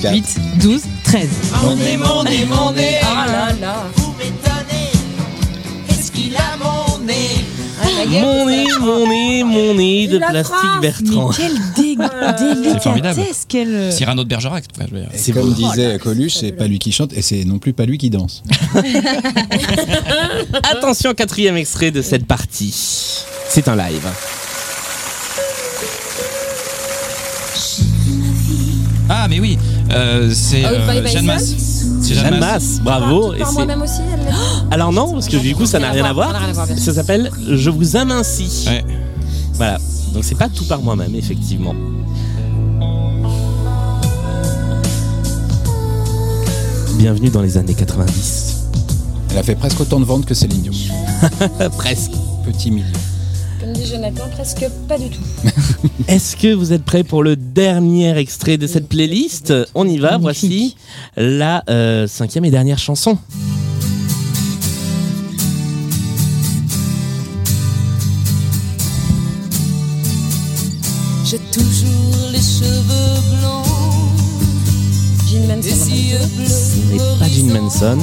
Speaker 5: 8, 12, 13.
Speaker 10: Mon nez, mon nez, mon nez.
Speaker 5: Ah là
Speaker 4: là.
Speaker 10: Vous m'étonnez. Est-ce qu'il a mon nez
Speaker 4: Ah,
Speaker 1: Mon nez, mon nez, mon nez de plastique Bertrand.
Speaker 5: <laughs> C'est
Speaker 3: formidable.
Speaker 5: quelle.
Speaker 2: Cyrano de Bergerac. enfin, je veux dire.
Speaker 3: Et Comme disait Coluche, c'est pas lui qui chante et c'est non plus pas lui qui danse.
Speaker 1: Attention, quatrième extrait de cette partie. C'est un live.
Speaker 2: Ah, mais oui, euh, c'est
Speaker 4: Oh,
Speaker 2: euh,
Speaker 4: Bye Bye
Speaker 2: Jeanne Masse.
Speaker 4: Sun
Speaker 2: C'est
Speaker 1: Jeanne Masse, bravo. Ah et
Speaker 4: Par
Speaker 1: c'est- Oh
Speaker 4: moi-même aussi, elle l'a dit.
Speaker 1: Alors non, parce que du coup ça n'a rien à voir. Ça s'appelle Je vous amincis. Voilà. Donc c'est pas tout par moi-même, effectivement. Bienvenue dans les années 90.
Speaker 3: Elle a fait presque autant de ventes que Céline Dion.
Speaker 1: presque.
Speaker 3: Petit million.
Speaker 4: Comme dit Jonathan, presque pas du tout.
Speaker 1: Est-ce que vous êtes prêts pour le dernier extrait de cette playlist On y va, voici la euh, cinquième et dernière chanson.
Speaker 8: J'ai toujours les cheveux blancs. Des yeux
Speaker 1: Ce
Speaker 8: bleus.
Speaker 1: n'est pas Jim Manson.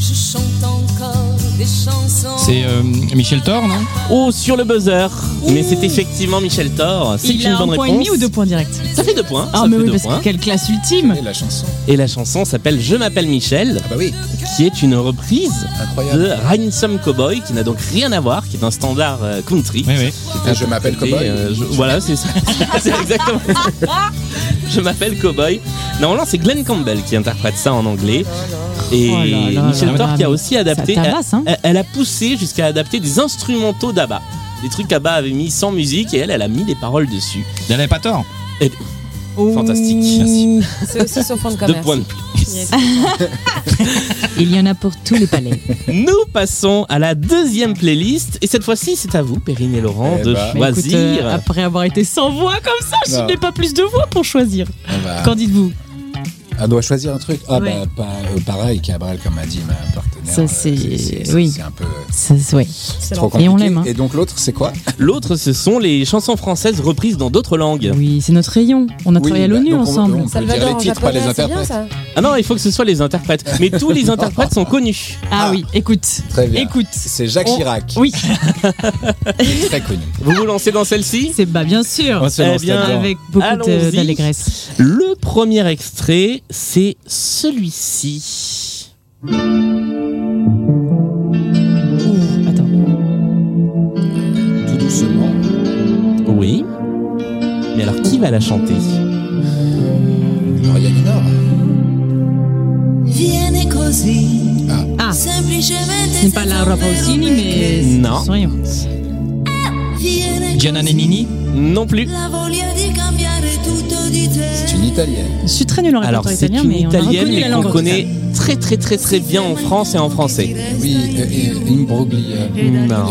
Speaker 8: Je chante encore des chansons.
Speaker 2: C'est euh, Michel Thor, non
Speaker 1: Oh, sur le buzzer Mais c'est effectivement Michel Thor. C'est
Speaker 5: Il a
Speaker 1: une
Speaker 5: un
Speaker 1: bonne
Speaker 5: point et
Speaker 1: réponse.
Speaker 5: demi ou deux points directs
Speaker 1: Ça fait deux points.
Speaker 5: Ah,
Speaker 1: ça
Speaker 5: mais
Speaker 1: fait
Speaker 5: oui,
Speaker 1: deux
Speaker 5: parce
Speaker 1: points.
Speaker 5: que quelle classe ultime
Speaker 3: La chanson.
Speaker 1: Et la chanson s'appelle Je m'appelle Michel,
Speaker 3: Ah bah oui.
Speaker 1: qui est une reprise
Speaker 3: Incroyable.
Speaker 1: de Ransom Cowboy, qui n'a donc rien à voir, qui est un standard euh, country.
Speaker 3: Ah, je m'appelle
Speaker 1: Et,
Speaker 3: Cowboy.
Speaker 1: euh, je- voilà, c'est ça. <laughs> c'est exactement Je m'appelle Cowboy. Normalement, c'est Glenn Campbell qui interprète ça en anglais. Et
Speaker 5: Oh là là
Speaker 1: Michel
Speaker 5: là
Speaker 1: Thor
Speaker 5: là,
Speaker 1: qui a
Speaker 5: mais
Speaker 1: aussi
Speaker 5: ça
Speaker 1: adapté.
Speaker 5: tabasse, hein.
Speaker 1: elle, elle a poussé jusqu'à adapter des instrumentaux d'Abba. Des trucs qu'Abba avait mis sans musique et elle, elle a mis des paroles dessus.
Speaker 2: Elle avait pas tort.
Speaker 1: Et-
Speaker 5: Mmh.
Speaker 1: Fantastique. Merci.
Speaker 4: C'est aussi son fond de
Speaker 5: Ah,
Speaker 1: Deux
Speaker 4: commerce.
Speaker 1: points de plus.
Speaker 4: Yes.
Speaker 5: Il y en a pour tous les palais.
Speaker 1: <laughs> Nous passons à la deuxième playlist. Et cette fois-ci, c'est à vous, Perrine et Laurent,
Speaker 3: Eh
Speaker 1: de
Speaker 3: bah.
Speaker 5: Bah, écoute,
Speaker 1: choisir.
Speaker 5: euh, après avoir été sans voix comme ça, je
Speaker 3: Non.
Speaker 5: n'ai pas plus de voix pour choisir.
Speaker 3: Ah bah,
Speaker 5: Qu'en dites-vous
Speaker 3: Elle doit choisir un truc. Ah
Speaker 5: Ouais.
Speaker 3: bah pas- euh, pareil, Cabral comme a dit ma partenaire.
Speaker 5: Ça,
Speaker 3: euh,
Speaker 5: c'est-
Speaker 3: c'est
Speaker 5: oui.
Speaker 3: c'est un peu euh,
Speaker 5: Ça, ouais.
Speaker 3: trop
Speaker 5: Et
Speaker 3: compliqué.
Speaker 5: on l'aime. hein.
Speaker 3: Et donc l'autre c'est quoi
Speaker 1: L'autre, ce sont les chansons françaises reprises dans d'autres langues.
Speaker 5: Oui, c'est notre rayon. On a
Speaker 3: Oui,
Speaker 5: travaillé à
Speaker 3: bah,
Speaker 5: l'ONU
Speaker 3: donc on-
Speaker 5: ensemble.
Speaker 3: on peut dire
Speaker 4: Salvador
Speaker 3: les
Speaker 4: en
Speaker 3: titres, pas
Speaker 4: japonais,
Speaker 3: les
Speaker 4: c'est bien
Speaker 3: interprètes.
Speaker 4: ça.
Speaker 1: Ah non, il faut que ce soit les interprètes. Mais tous les interprètes sont connus.
Speaker 5: Ah oui, écoute.
Speaker 3: Très bien.
Speaker 5: Écoute.
Speaker 3: C'est Jacques
Speaker 5: On-
Speaker 3: Chirac, <laughs>
Speaker 5: Oui,
Speaker 3: très connu.
Speaker 1: Vous vous lancez dans celle-ci
Speaker 5: c'est bah bien sûr.
Speaker 3: On se lance
Speaker 1: Eh bien,
Speaker 3: là-dedans.
Speaker 5: Avec beaucoup de-
Speaker 1: Allons-y.
Speaker 5: d'allégresse.
Speaker 1: Le premier extrait, c'est celui-ci.
Speaker 5: Ouh, Attends.
Speaker 3: tout doucement.
Speaker 1: Oui. Mais alors, qui va la chanter
Speaker 3: Gloria Gaynor.
Speaker 6: Viens
Speaker 11: Vienne et Crozy.
Speaker 5: Ah.
Speaker 11: Simple chemin
Speaker 5: Ce n'est pas Laura Pausini, mais.
Speaker 1: Non.
Speaker 11: Vienne et
Speaker 1: Gianna Nannini Non plus.
Speaker 11: la voglia di cambiare tutto di te.
Speaker 1: C'est une italienne.
Speaker 5: Je suis très nulle en
Speaker 1: Alors,
Speaker 5: répertoire
Speaker 1: c'est
Speaker 5: italien,
Speaker 1: une
Speaker 5: mais on a
Speaker 1: italienne,
Speaker 5: reconnu la
Speaker 1: mais
Speaker 5: langue.
Speaker 1: qu'on connaît très, très, très, très bien en France et en français.
Speaker 3: Oui, et, Imbroglia.
Speaker 1: Non.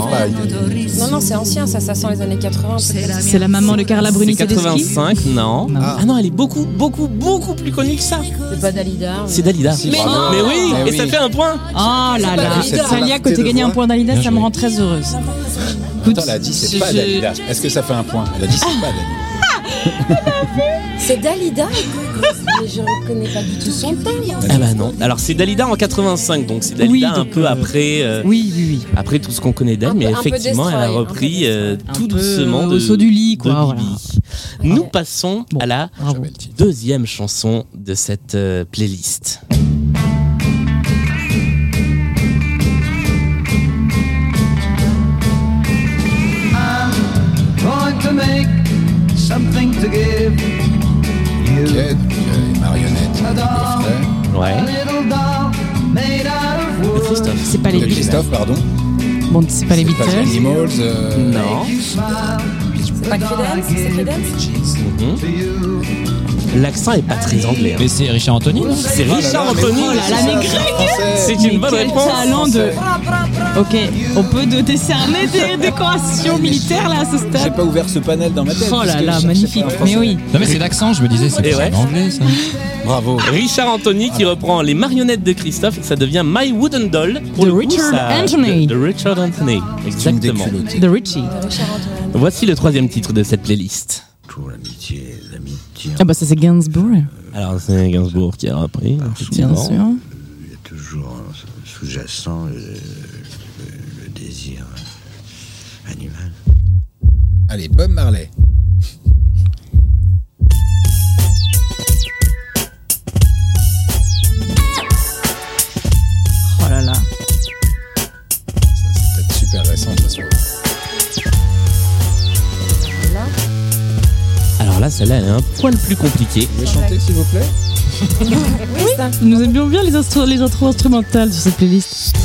Speaker 4: Non, non, c'est ancien, ça, ça sent les années 80.
Speaker 5: C'est la maman de Carla Bruni
Speaker 1: C'est 85, non. Ah. non, elle est beaucoup, beaucoup, beaucoup plus connue que ça.
Speaker 4: C'est pas Dalida.
Speaker 1: C'est Dalida.
Speaker 4: Mais
Speaker 5: Ah
Speaker 1: Bravo.
Speaker 4: non
Speaker 1: Mais oui,
Speaker 4: Mais
Speaker 1: et ça
Speaker 4: oui.
Speaker 1: fait un point.
Speaker 5: Oh là là,
Speaker 3: C'est pas
Speaker 5: Salia,
Speaker 3: Dalida.
Speaker 5: quand t'es gagné un
Speaker 3: Bien
Speaker 5: point d'Alida, ça me
Speaker 3: joué.
Speaker 5: rend très heureuse.
Speaker 3: Attends, elle a dit c'est pas
Speaker 5: je-
Speaker 3: Dalida. Est-ce que ça fait un point Elle a dit c'est pas Dalida.
Speaker 4: C'est Dalida Mais je reconnais pas du tout son timbre.
Speaker 1: Ah bah non. Alors c'est Dalida en 85, donc c'est Dalida
Speaker 5: Oui,
Speaker 1: un
Speaker 5: donc,
Speaker 1: peu
Speaker 5: euh,
Speaker 1: après. euh,
Speaker 5: oui, oui, oui.
Speaker 1: Après tout ce qu'on connaît d'elle, mais
Speaker 5: peu- un peu
Speaker 1: effectivement, elle
Speaker 5: Destroy,
Speaker 1: a
Speaker 5: un peu
Speaker 1: repris euh, tout
Speaker 5: peu,
Speaker 1: doucement
Speaker 5: euh,
Speaker 1: de,
Speaker 5: au saut du lit,
Speaker 1: de
Speaker 5: quoi,
Speaker 1: Bibi.
Speaker 5: voilà.
Speaker 1: Nous passons à la deuxième chanson de cette euh, playlist.
Speaker 10: I'm going to make something to give.
Speaker 3: Ok, donc euh, les marionnettes,
Speaker 10: A
Speaker 3: le
Speaker 10: doll,
Speaker 3: coffret.
Speaker 10: a little doll made out of wood.
Speaker 5: C'est pas les
Speaker 3: De
Speaker 5: Beatles.
Speaker 3: Christophe, pardon.
Speaker 5: Bon, c'est pas les
Speaker 3: Pas les
Speaker 5: Beatles.
Speaker 3: Animals. euh,
Speaker 1: Non.
Speaker 4: C'est pas Credence C'est Credence
Speaker 1: L'accent est pas très anglais. hein.
Speaker 2: Mais c'est Richard Anthony, non
Speaker 1: C'est
Speaker 2: Oh là
Speaker 1: Richard
Speaker 2: là, mais
Speaker 1: Anthony.
Speaker 5: Oh là là, mais Greg
Speaker 1: C'est
Speaker 5: Mais
Speaker 1: une bonne
Speaker 5: quel
Speaker 1: réponse.
Speaker 5: talent de. Ok, on peut te décerner <laughs> des décorations militaires là à ce
Speaker 3: J'ai
Speaker 5: stade.
Speaker 3: pas ouvert ce panel dans ma tête.
Speaker 5: Oh
Speaker 3: parce
Speaker 5: là
Speaker 3: que je
Speaker 5: là,
Speaker 3: cherchais
Speaker 5: magnifique.
Speaker 3: pas un français.
Speaker 5: Mais oui.
Speaker 2: Non mais c'est l'accent, je me disais, c'est
Speaker 1: Et
Speaker 2: pas
Speaker 1: ouais.
Speaker 2: en anglais ça.
Speaker 3: Bravo.
Speaker 1: Richard Anthony qui reprend les marionnettes de Christophe et ça devient My Wooden Doll pour
Speaker 5: De
Speaker 1: le coup,
Speaker 5: Richard
Speaker 1: ça-
Speaker 5: Anthony.
Speaker 1: De, de Richard Anthony,
Speaker 3: Tu me
Speaker 1: exactement.
Speaker 3: déculottes.
Speaker 5: De Richie.
Speaker 1: Voici le troisième titre de cette playlist.
Speaker 5: Ah bah ça c'est Gainsbourg,
Speaker 1: Alors c'est Gainsbourg qui a repris.
Speaker 5: bien
Speaker 1: effectivement.
Speaker 5: sûr.
Speaker 14: toujours sous-jacent le, le- le désir animal.
Speaker 3: Allez, Bob Marley.
Speaker 5: Oh là là.
Speaker 3: Ça, C'est peut-être super récent, ça sûr.
Speaker 1: Alors là, celle-là, elle est un poil plus compliquée.
Speaker 3: Vous pouvez chanter, s'il vous plaît
Speaker 5: Nous aimions bien les, instru- les intros instrumentales sur cette playlist.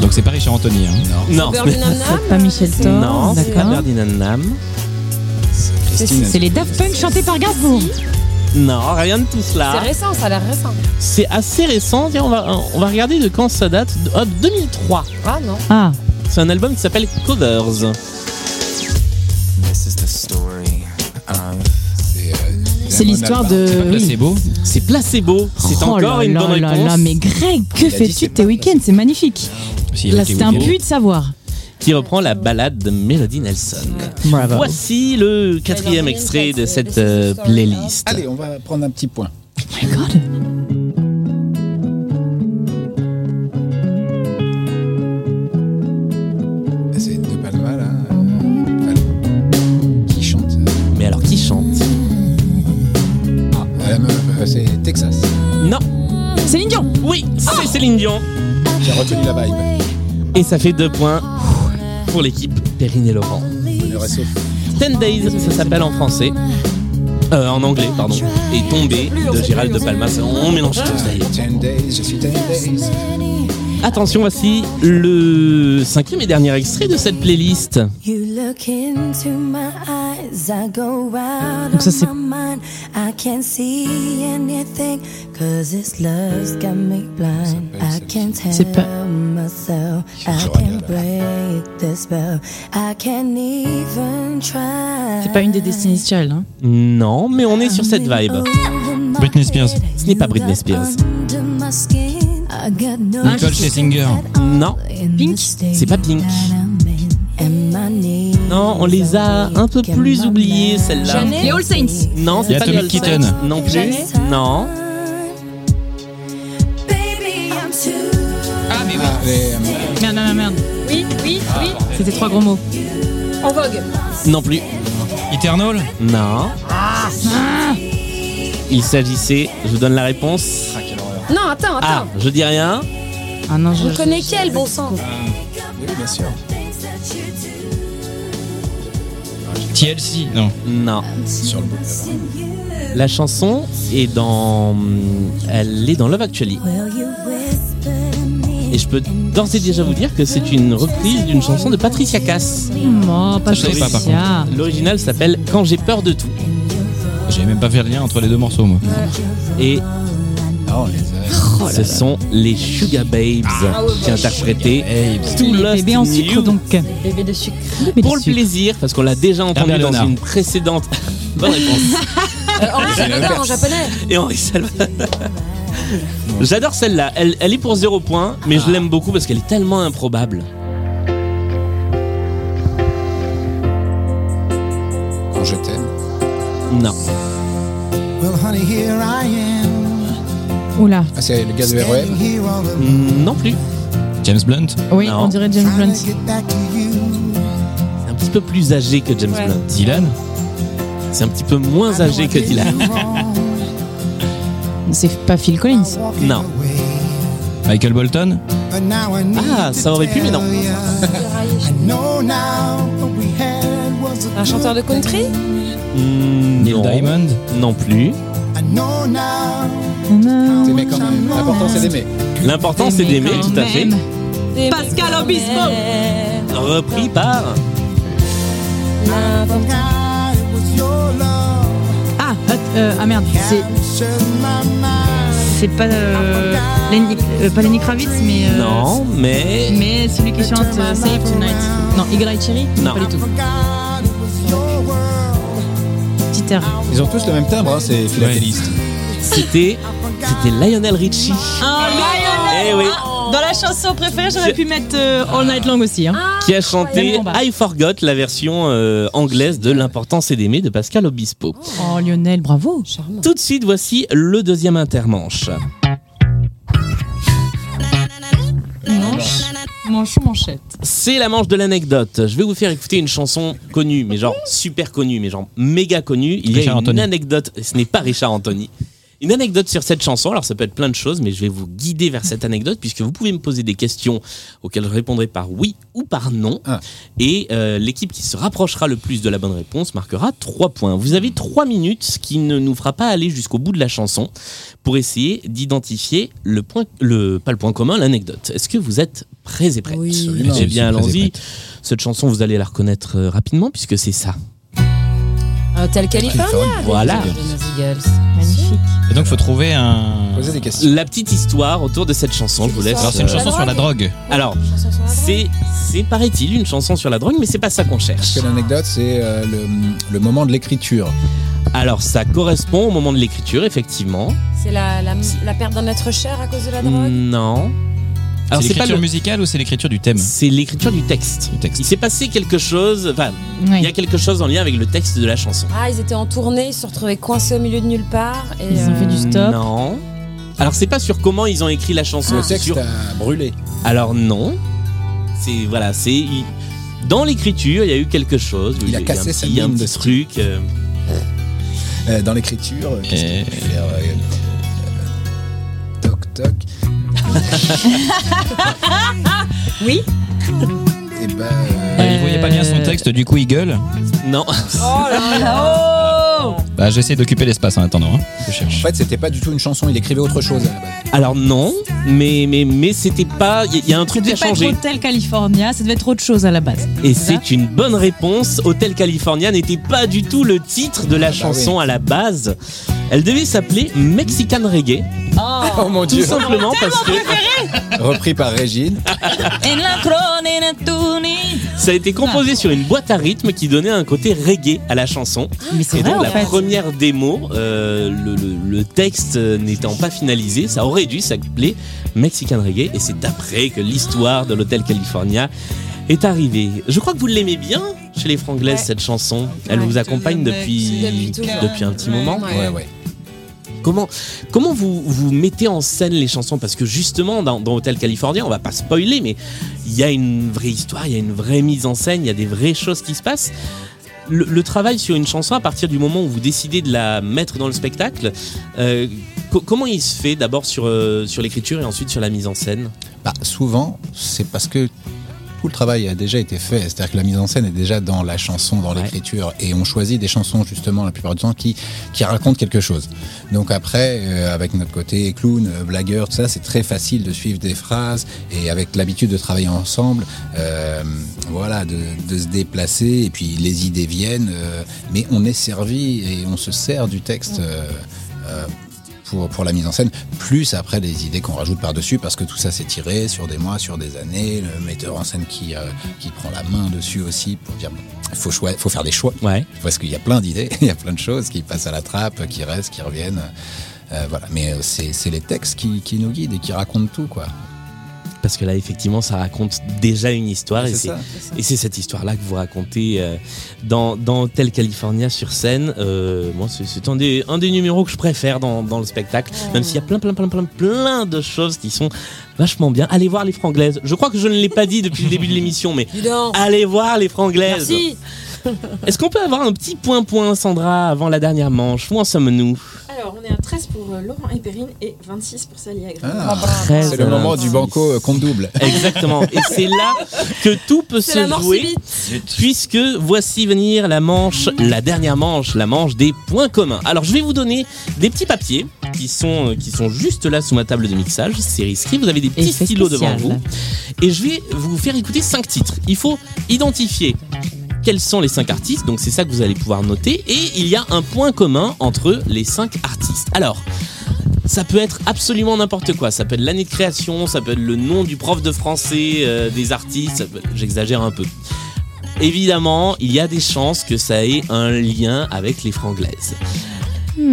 Speaker 2: Donc c'est pas Richard Anthony. Hein.
Speaker 1: Non,
Speaker 4: Berlin Nam Nam
Speaker 5: Pas Michel Thor,
Speaker 1: non, c'est pas
Speaker 5: d'accord.
Speaker 1: Birdie Nam Nam.
Speaker 3: Christine.
Speaker 5: C'est les Daft Punk chantés par Gainsbourg.
Speaker 1: Non, rien de tout
Speaker 4: C'est
Speaker 1: cela.
Speaker 4: récent, ça a l'air récent.
Speaker 1: C'est assez récent. Tiens, on va, on va regarder de quand ça date. De- Hop, 2003.
Speaker 4: Ah non.
Speaker 5: Ah,
Speaker 1: C'est un album qui s'appelle Covers.
Speaker 3: C'est euh,
Speaker 5: c'est
Speaker 3: Damon
Speaker 5: l'histoire
Speaker 3: Albarn.
Speaker 5: de. oui.
Speaker 2: Placebo.
Speaker 1: C'est Placebo. C'est
Speaker 5: Oh
Speaker 1: encore
Speaker 5: là
Speaker 1: une
Speaker 5: là
Speaker 1: bonne
Speaker 5: là
Speaker 1: réponse.
Speaker 5: là, mais Greg, que
Speaker 3: Il a dit
Speaker 5: fais-tu
Speaker 3: c'est
Speaker 5: de tes
Speaker 3: pas-
Speaker 5: week-ends C'est magnifique.
Speaker 2: Si,
Speaker 5: Là,
Speaker 2: avec les
Speaker 5: c'est un
Speaker 2: Wiggles.
Speaker 5: puits de savoir.
Speaker 1: Qui reprend la balade de Melody Nelson.
Speaker 5: Bravo.
Speaker 1: Voici le quatrième extrait de cette euh, playlist.
Speaker 3: Allez, on va prendre un petit point.
Speaker 5: Oh my god.
Speaker 3: C'est De Palma, là. euh, Palma. Qui chante euh,
Speaker 1: Mais alors, qui chante
Speaker 3: Ah, la meuf, euh, c'est Texas.
Speaker 1: Non.
Speaker 5: Céline Dion.
Speaker 1: Oui, c'est Céline Dion.
Speaker 3: J'ai reconnu la vibe.
Speaker 1: Et ça fait deux points pour l'équipe Perrine et Laurent.
Speaker 3: Le réseau.
Speaker 1: 10 Days, ça s'appelle en français. Euh, en anglais, pardon. Et Tombé de Gérald de Palma. C'est- On mélange tout ça y est.
Speaker 3: 10 days, je suis 10 days.
Speaker 1: Attention, voici le cinquième et dernier extrait de cette playlist.
Speaker 11: You look into my eyes, I go out
Speaker 5: Donc ça, c'est-
Speaker 11: of my mind. I can't see anything, cause this love's got me blind. I can't
Speaker 5: C'est pas-
Speaker 11: tell myself,
Speaker 3: Je
Speaker 11: I
Speaker 3: regarde,
Speaker 11: can't
Speaker 3: là.
Speaker 11: break the spell, I can't even try.
Speaker 5: C'est pas une des Destiny's Child. Hein.
Speaker 1: Non, mais on est sur cette vibe.
Speaker 2: Britney Spears.
Speaker 1: Ce n'est pas Britney Spears.
Speaker 2: Nicole Scherzinger.
Speaker 1: Non,
Speaker 5: Pink
Speaker 1: c'est pas Pink. Non, on les a un peu plus oubliées, celles-là.
Speaker 4: Jeannet
Speaker 5: Les All Saints.
Speaker 1: Non,
Speaker 2: Il y
Speaker 1: c'est
Speaker 2: a
Speaker 1: pas
Speaker 2: Tommy
Speaker 1: Girl Saints.
Speaker 2: Keaton.
Speaker 1: Non plus.
Speaker 4: Jeannet
Speaker 1: Non.
Speaker 2: Ah mais oui.
Speaker 3: Ah, les, euh,
Speaker 5: Merde, merde, merde.
Speaker 4: Oui, oui, oui.
Speaker 5: C'était trois gros mots.
Speaker 4: En vogue.
Speaker 1: Non plus.
Speaker 2: Eternal.
Speaker 1: Non. Il s'agissait, je vous donne la réponse.
Speaker 4: Non, attends,
Speaker 1: Ah,
Speaker 4: attends.
Speaker 1: je dis rien.
Speaker 5: Ah non, je.
Speaker 4: Vous connaissez quel
Speaker 5: Euh,
Speaker 4: bon sang
Speaker 3: oui, bien sûr.
Speaker 2: TLC, non.
Speaker 1: Non.
Speaker 2: Sur le bout.
Speaker 1: La chanson est dans. Elle est dans Love Actually. Et je peux d'ores et déjà vous dire que c'est une reprise d'une chanson de Patricia Cass.
Speaker 5: Oh,
Speaker 1: Ça,
Speaker 5: pas
Speaker 1: je savais pas, par
Speaker 5: Patricia.
Speaker 1: contre. L'original s'appelle Quand j'ai peur de tout.
Speaker 2: J'ai même pas fait le lien entre les deux morceaux, moi.
Speaker 1: Et
Speaker 2: Ah,
Speaker 5: Oh là
Speaker 1: ce
Speaker 5: là. Ah,
Speaker 1: sont les Sugar Babes qui interprétaient tout
Speaker 5: Les
Speaker 1: Lost
Speaker 5: bébés
Speaker 1: in
Speaker 5: en sucre
Speaker 1: You.
Speaker 5: donc.
Speaker 4: Bébé de sucre.
Speaker 1: Pour le plaisir, parce qu'on l'a déjà entendu
Speaker 2: Herbert
Speaker 1: dans
Speaker 2: Léonard.
Speaker 1: une précédente. <laughs> Bonne réponse.
Speaker 4: Henri Salvador Ah, en japonais.
Speaker 1: Et Henri
Speaker 2: <laughs>
Speaker 1: Salvador. J'adore celle-là. Elle, elle est pour 0 point, mais
Speaker 2: Ah.
Speaker 1: je l'aime beaucoup parce qu'elle est tellement improbable.
Speaker 3: Quand je t'aime.
Speaker 1: Non.
Speaker 10: Well, honey, here I am.
Speaker 5: Oula.
Speaker 3: Ah, c'est le gars de
Speaker 10: Standing
Speaker 3: REM
Speaker 10: here all alone.
Speaker 1: Non plus.
Speaker 2: James Blunt
Speaker 5: Oui, on dirait James Blunt.
Speaker 1: C'est un petit peu plus âgé que James
Speaker 5: Ouais. Ah,
Speaker 1: Blunt.
Speaker 2: Dylan
Speaker 1: C'est un petit peu moins âgé que Dylan.
Speaker 5: C'est pas Phil Collins.
Speaker 1: Non.
Speaker 2: Michael Bolton
Speaker 10: But now I need
Speaker 1: Ah, ça aurait pu, mais non.
Speaker 10: I know now what we had was a
Speaker 4: Un chanteur de country
Speaker 1: Mm,
Speaker 2: Neil
Speaker 1: non.
Speaker 2: Diamond
Speaker 1: Non plus.
Speaker 10: I know now.
Speaker 3: C'est mais quand même. L'important c'est d'aimer.
Speaker 1: L'important c'est d'aimer, tout à fait.
Speaker 5: Pascal Obispo.
Speaker 1: Repris par.
Speaker 10: God, it was your love.
Speaker 5: Ah, euh, ah merde, c'est
Speaker 10: Captured my mind.
Speaker 5: c'est pas euh, Lenny, euh, pas Lenny Kravitz, mais euh,
Speaker 1: Non, mais.
Speaker 5: mais celui qui chante euh, Save Tonight. Non, Eagle Eye Cherry,
Speaker 1: Non.
Speaker 5: pas du tout.
Speaker 10: God, it was your world.
Speaker 5: Petit air.
Speaker 3: Ils ont tous le même timbre, hein, c'est philatéliste.
Speaker 1: C'était. C'était Lionel Richie.
Speaker 5: Ah,
Speaker 1: Eh oui.
Speaker 5: Dans la chanson préférée, j'aurais pu mettre euh, All Night Long aussi. Hein.
Speaker 1: Qui a chanté
Speaker 5: Même combat.
Speaker 1: I Forgot, la version euh, anglaise de L'important c'est d'aimer de Pascal Obispo.
Speaker 5: Oh Lionel, bravo.
Speaker 1: Tout de suite, voici le deuxième intermanche.
Speaker 5: Manche, manchon, manchette.
Speaker 1: C'est la manche de l'anecdote. Je vais vous faire écouter une chanson connue, mais genre super connue, mais genre méga connue. Il y a
Speaker 2: Richard
Speaker 1: une
Speaker 2: Anthony.
Speaker 1: anecdote, ce n'est pas Richard Anthony. Une anecdote sur cette chanson, alors ça peut être plein de choses, mais je vais vous guider vers cette anecdote puisque vous pouvez me poser des questions auxquelles je répondrai par oui ou par non.
Speaker 3: Ah.
Speaker 1: Et euh, l'équipe qui se rapprochera le plus de la bonne réponse marquera 3 points. Vous avez 3 minutes, ce qui ne nous fera pas aller jusqu'au bout de la chanson, pour essayer d'identifier le point, le, pas le point commun, l'anecdote. Est-ce que vous êtes prêts et prêtes
Speaker 4: Oui.
Speaker 2: Ah,
Speaker 3: Absolument.
Speaker 1: eh
Speaker 3: Je suis
Speaker 1: bien,
Speaker 3: très
Speaker 1: allons-y.
Speaker 3: épate.
Speaker 1: Cette chanson, vous allez la reconnaître euh, rapidement puisque c'est ça.
Speaker 4: Euh, tel California.
Speaker 1: Voilà.
Speaker 4: des Beatles, des Eagles.
Speaker 5: Magnifique.
Speaker 2: Et donc faut trouver un.
Speaker 3: Posez des questions.
Speaker 1: La petite histoire autour de cette chanson, je vous laisse.
Speaker 2: Alors c'est une
Speaker 1: euh,
Speaker 2: chanson sur la drogue.
Speaker 1: Alors,
Speaker 4: Chanson sur la
Speaker 1: c'est, c'est paraît-il une chanson sur la drogue, mais c'est pas ça qu'on
Speaker 3: Parce
Speaker 1: cherche.
Speaker 3: que l'anecdote, c'est euh, le, le moment de l'écriture.
Speaker 1: Alors, ça correspond au moment de l'écriture, effectivement.
Speaker 4: C'est la, la, la perte d'un être cher à cause de la
Speaker 5: Hmm.
Speaker 4: drogue
Speaker 1: Non.
Speaker 2: C'est
Speaker 1: Alors, c'est pas
Speaker 2: l'écriture
Speaker 1: le-
Speaker 2: musicale ou c'est l'écriture du thème
Speaker 1: C'est l'écriture du texte.
Speaker 2: Du texte.
Speaker 1: Il s'est passé quelque chose. Enfin, il y a
Speaker 5: Ouais.
Speaker 1: quelque chose en lien avec le texte de la chanson.
Speaker 4: Ah, ils étaient en tournée, ils se retrouvaient coincés au milieu de nulle part. Et, euh,
Speaker 5: Ils ont fait du stop.
Speaker 1: Non. Alors, c'est pas sur comment ils ont écrit la chanson.
Speaker 3: Le
Speaker 1: c'est
Speaker 3: texte
Speaker 1: Ah. sur
Speaker 3: a brûlé.
Speaker 1: Alors non, c'est voilà, c'est il- dans l'écriture, il y a eu quelque chose.
Speaker 3: Il a
Speaker 1: y eu
Speaker 3: cassé
Speaker 1: un
Speaker 3: sa
Speaker 1: petit,
Speaker 3: mine
Speaker 1: un
Speaker 3: de
Speaker 1: petit
Speaker 3: style.
Speaker 1: truc. euh,
Speaker 3: Euh, dans l'écriture, euh, qu'est-ce
Speaker 2: Et-
Speaker 3: qu'on peut faire euh, euh, Toc toc.
Speaker 5: Oui.
Speaker 3: Et bah.
Speaker 2: Bah, Il voyait pas bien son texte, du coup il gueule.
Speaker 1: non, <laughs>
Speaker 2: Bah j'essaie d'occuper l'espace en attendant. hein. Je cherche.
Speaker 3: En fait, c'était pas du tout une chanson, il écrivait autre chose à la base.
Speaker 1: alors non, mais mais mais c'était pas. Il y, il y a un
Speaker 5: Ça
Speaker 1: truc qui
Speaker 5: devait
Speaker 1: a
Speaker 5: pas
Speaker 1: changé.
Speaker 5: être Hotel California, ça devait être autre chose à la base.
Speaker 1: Et
Speaker 5: Voilà.
Speaker 1: c'est une bonne réponse. Hotel California n'était pas du tout le titre de la
Speaker 3: bah
Speaker 1: chanson à la base. Elle devait s'appeler Mexican Reggae,
Speaker 3: <laughs> Oh, mon
Speaker 1: tout
Speaker 3: dieu
Speaker 1: simplement parce que
Speaker 3: Repris par Régine.
Speaker 5: En la crone, en tuni.
Speaker 1: ça a été composé sur une boîte à rythme qui donnait un côté reggae à la chanson.
Speaker 5: Ah. Mais c'est
Speaker 1: Et
Speaker 5: vrai
Speaker 1: donc
Speaker 5: en
Speaker 1: la
Speaker 5: fait.
Speaker 1: première démo, euh, le, le- le texte n'étant pas finalisé, ça aurait dû s'appeler Mexican Reggae et c'est d'après que l'histoire de l'hôtel California est arrivée. Je crois que vous l'aimez bien chez les Franglaises
Speaker 4: Ouais.
Speaker 1: cette chanson. Elle
Speaker 5: Ouais.
Speaker 1: vous accompagne depuis
Speaker 4: Depuis toujours.
Speaker 1: depuis un petit moment.
Speaker 4: Ouais.
Speaker 3: Ouais, ouais.
Speaker 1: Comment comment vous vous mettez en scène les chansons parce que justement dans, dans Hôtel California, on va pas spoiler mais il y a une vraie histoire, il y a une vraie mise en scène, il y a des vraies choses qui se passent. Le, le travail sur une chanson à partir du moment où vous décidez de la mettre dans le spectacle, euh, co- comment il se fait d'abord sur euh, sur l'écriture et ensuite sur la mise en scène
Speaker 3: Bah, souvent, c'est parce que tout le travail a déjà été fait. C'est-à-dire que la mise en scène est déjà dans la chanson, dans l'écriture, et on choisit des chansons justement la plupart du temps qui qui racontent quelque chose. Donc après, euh, avec notre côté clown, euh, blagueur, tout ça, c'est très facile de suivre des phrases et avec l'habitude de travailler ensemble, euh, voilà, de, de se déplacer et puis les idées viennent, euh, mais on est servi et on se sert du texte. euh, euh, pour, pour la mise en scène, plus après les idées qu'on rajoute par-dessus, parce que tout ça s'est tiré sur des mois, sur des années, le metteur en scène qui, euh, qui prend la main dessus aussi pour dire il faut, choi- faut faire des choix, parce qu'il y a plein d'idées, <laughs> il y a plein de choses qui passent à la trappe, qui restent, qui reviennent. Euh, voilà. Mais euh, c'est c'est les textes qui, qui nous guident et qui racontent tout, quoi.
Speaker 1: Parce que là, effectivement, ça raconte déjà une histoire.
Speaker 3: C'est
Speaker 1: et c'est
Speaker 3: ça, c'est ça.
Speaker 1: et c'est cette histoire-là que vous racontez euh, dans, dans Hotel California sur scène. Euh, moi, c'est- c'est un des, un des numéros que je préfère dans, dans le spectacle. Même s'il y a plein, plein, plein, plein, plein de choses qui sont vachement bien. Allez voir les franglaises. Je crois que je ne l'ai pas dit depuis le début de l'émission, mais allez voir les franglaises.
Speaker 4: Merci.
Speaker 1: Est-ce qu'on peut avoir un petit point-point, Sandra, avant la dernière manche Où en sommes-nous
Speaker 9: Alors, on est à 13 pour euh, Laurent et Perrine et 26 pour Sally Agré.
Speaker 5: Ah,
Speaker 3: C'est le moment du banco euh, compte <laughs> double.
Speaker 1: <laughs> Exactement. Et c'est là que tout peut
Speaker 9: C'est la
Speaker 1: se
Speaker 9: mort
Speaker 1: jouer.
Speaker 9: subite.
Speaker 1: Puisque voici venir la manche, la dernière manche, la manche des points communs. Alors je vais vous donner des petits papiers qui sont, euh, qui sont juste là sous ma table de mixage. C'est risqué. Vous avez des petits
Speaker 5: Effet
Speaker 1: stylos devant
Speaker 5: spécial.
Speaker 1: vous. Et je vais vous faire écouter cinq titres. Il faut identifier quels sont les cinq artistes. Donc c'est ça que vous allez pouvoir noter. Et il y a un point commun entre les cinq artistes. Alors. Ça peut être absolument n'importe quoi. Ça peut être l'année de création, ça peut être le nom du prof de français, euh, des artistes. ça peut- J'exagère un peu. Évidemment, il y a des chances que ça ait un lien avec les franglaises.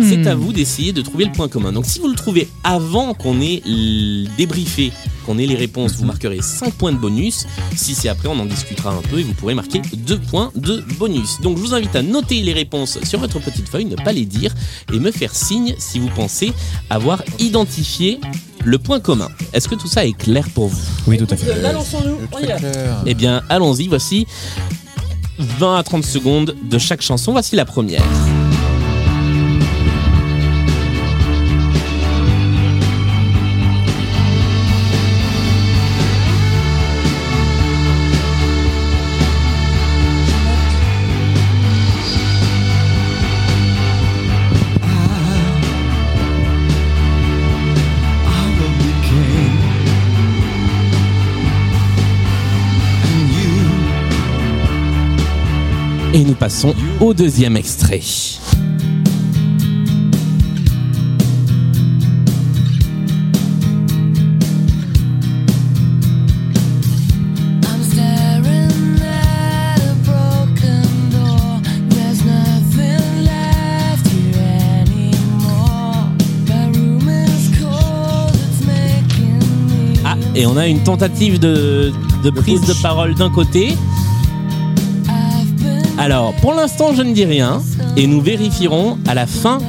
Speaker 1: C'est à vous d'essayer de trouver le point commun. Donc si vous le trouvez avant qu'on ait l- débriefé, qu'on ait les réponses, vous marquerez 5 points de bonus. Si c'est après, on en discutera un peu et vous pourrez marquer 2 points de bonus. Donc je vous invite à noter les réponses sur votre petite feuille, ne pas les dire et me faire signe si vous pensez avoir identifié le point commun. Est-ce que tout ça est clair pour vous Oui, tout à
Speaker 9: Euh, Balançons-nous, on y va.
Speaker 3: euh,
Speaker 1: eh bien, allons-y, voici 20 à 30 secondes de chaque chanson. Voici la première. Et nous passons au deuxième extrait.
Speaker 8: I'm staring at a broken door. There's nothing left here anymore. My room is cold, it's making me.
Speaker 1: Ah, et on a une tentative de, de prise de parole d'un côté. Alors, pour l'instant, je ne dis rien et nous vérifierons à la fin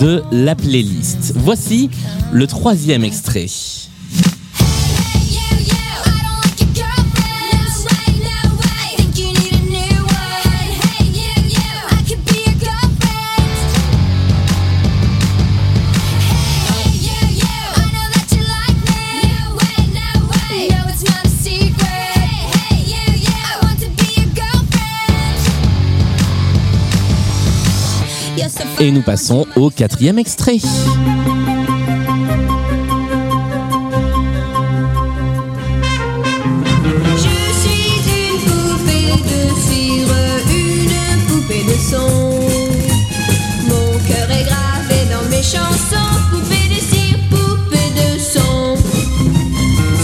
Speaker 1: de la playlist. Voici le troisième extrait. Et nous passons au quatrième extrait.
Speaker 8: Je suis une poupée de cire, une poupée de son. Mon cœur est gravé dans mes chansons, poupée de cire, poupée de son.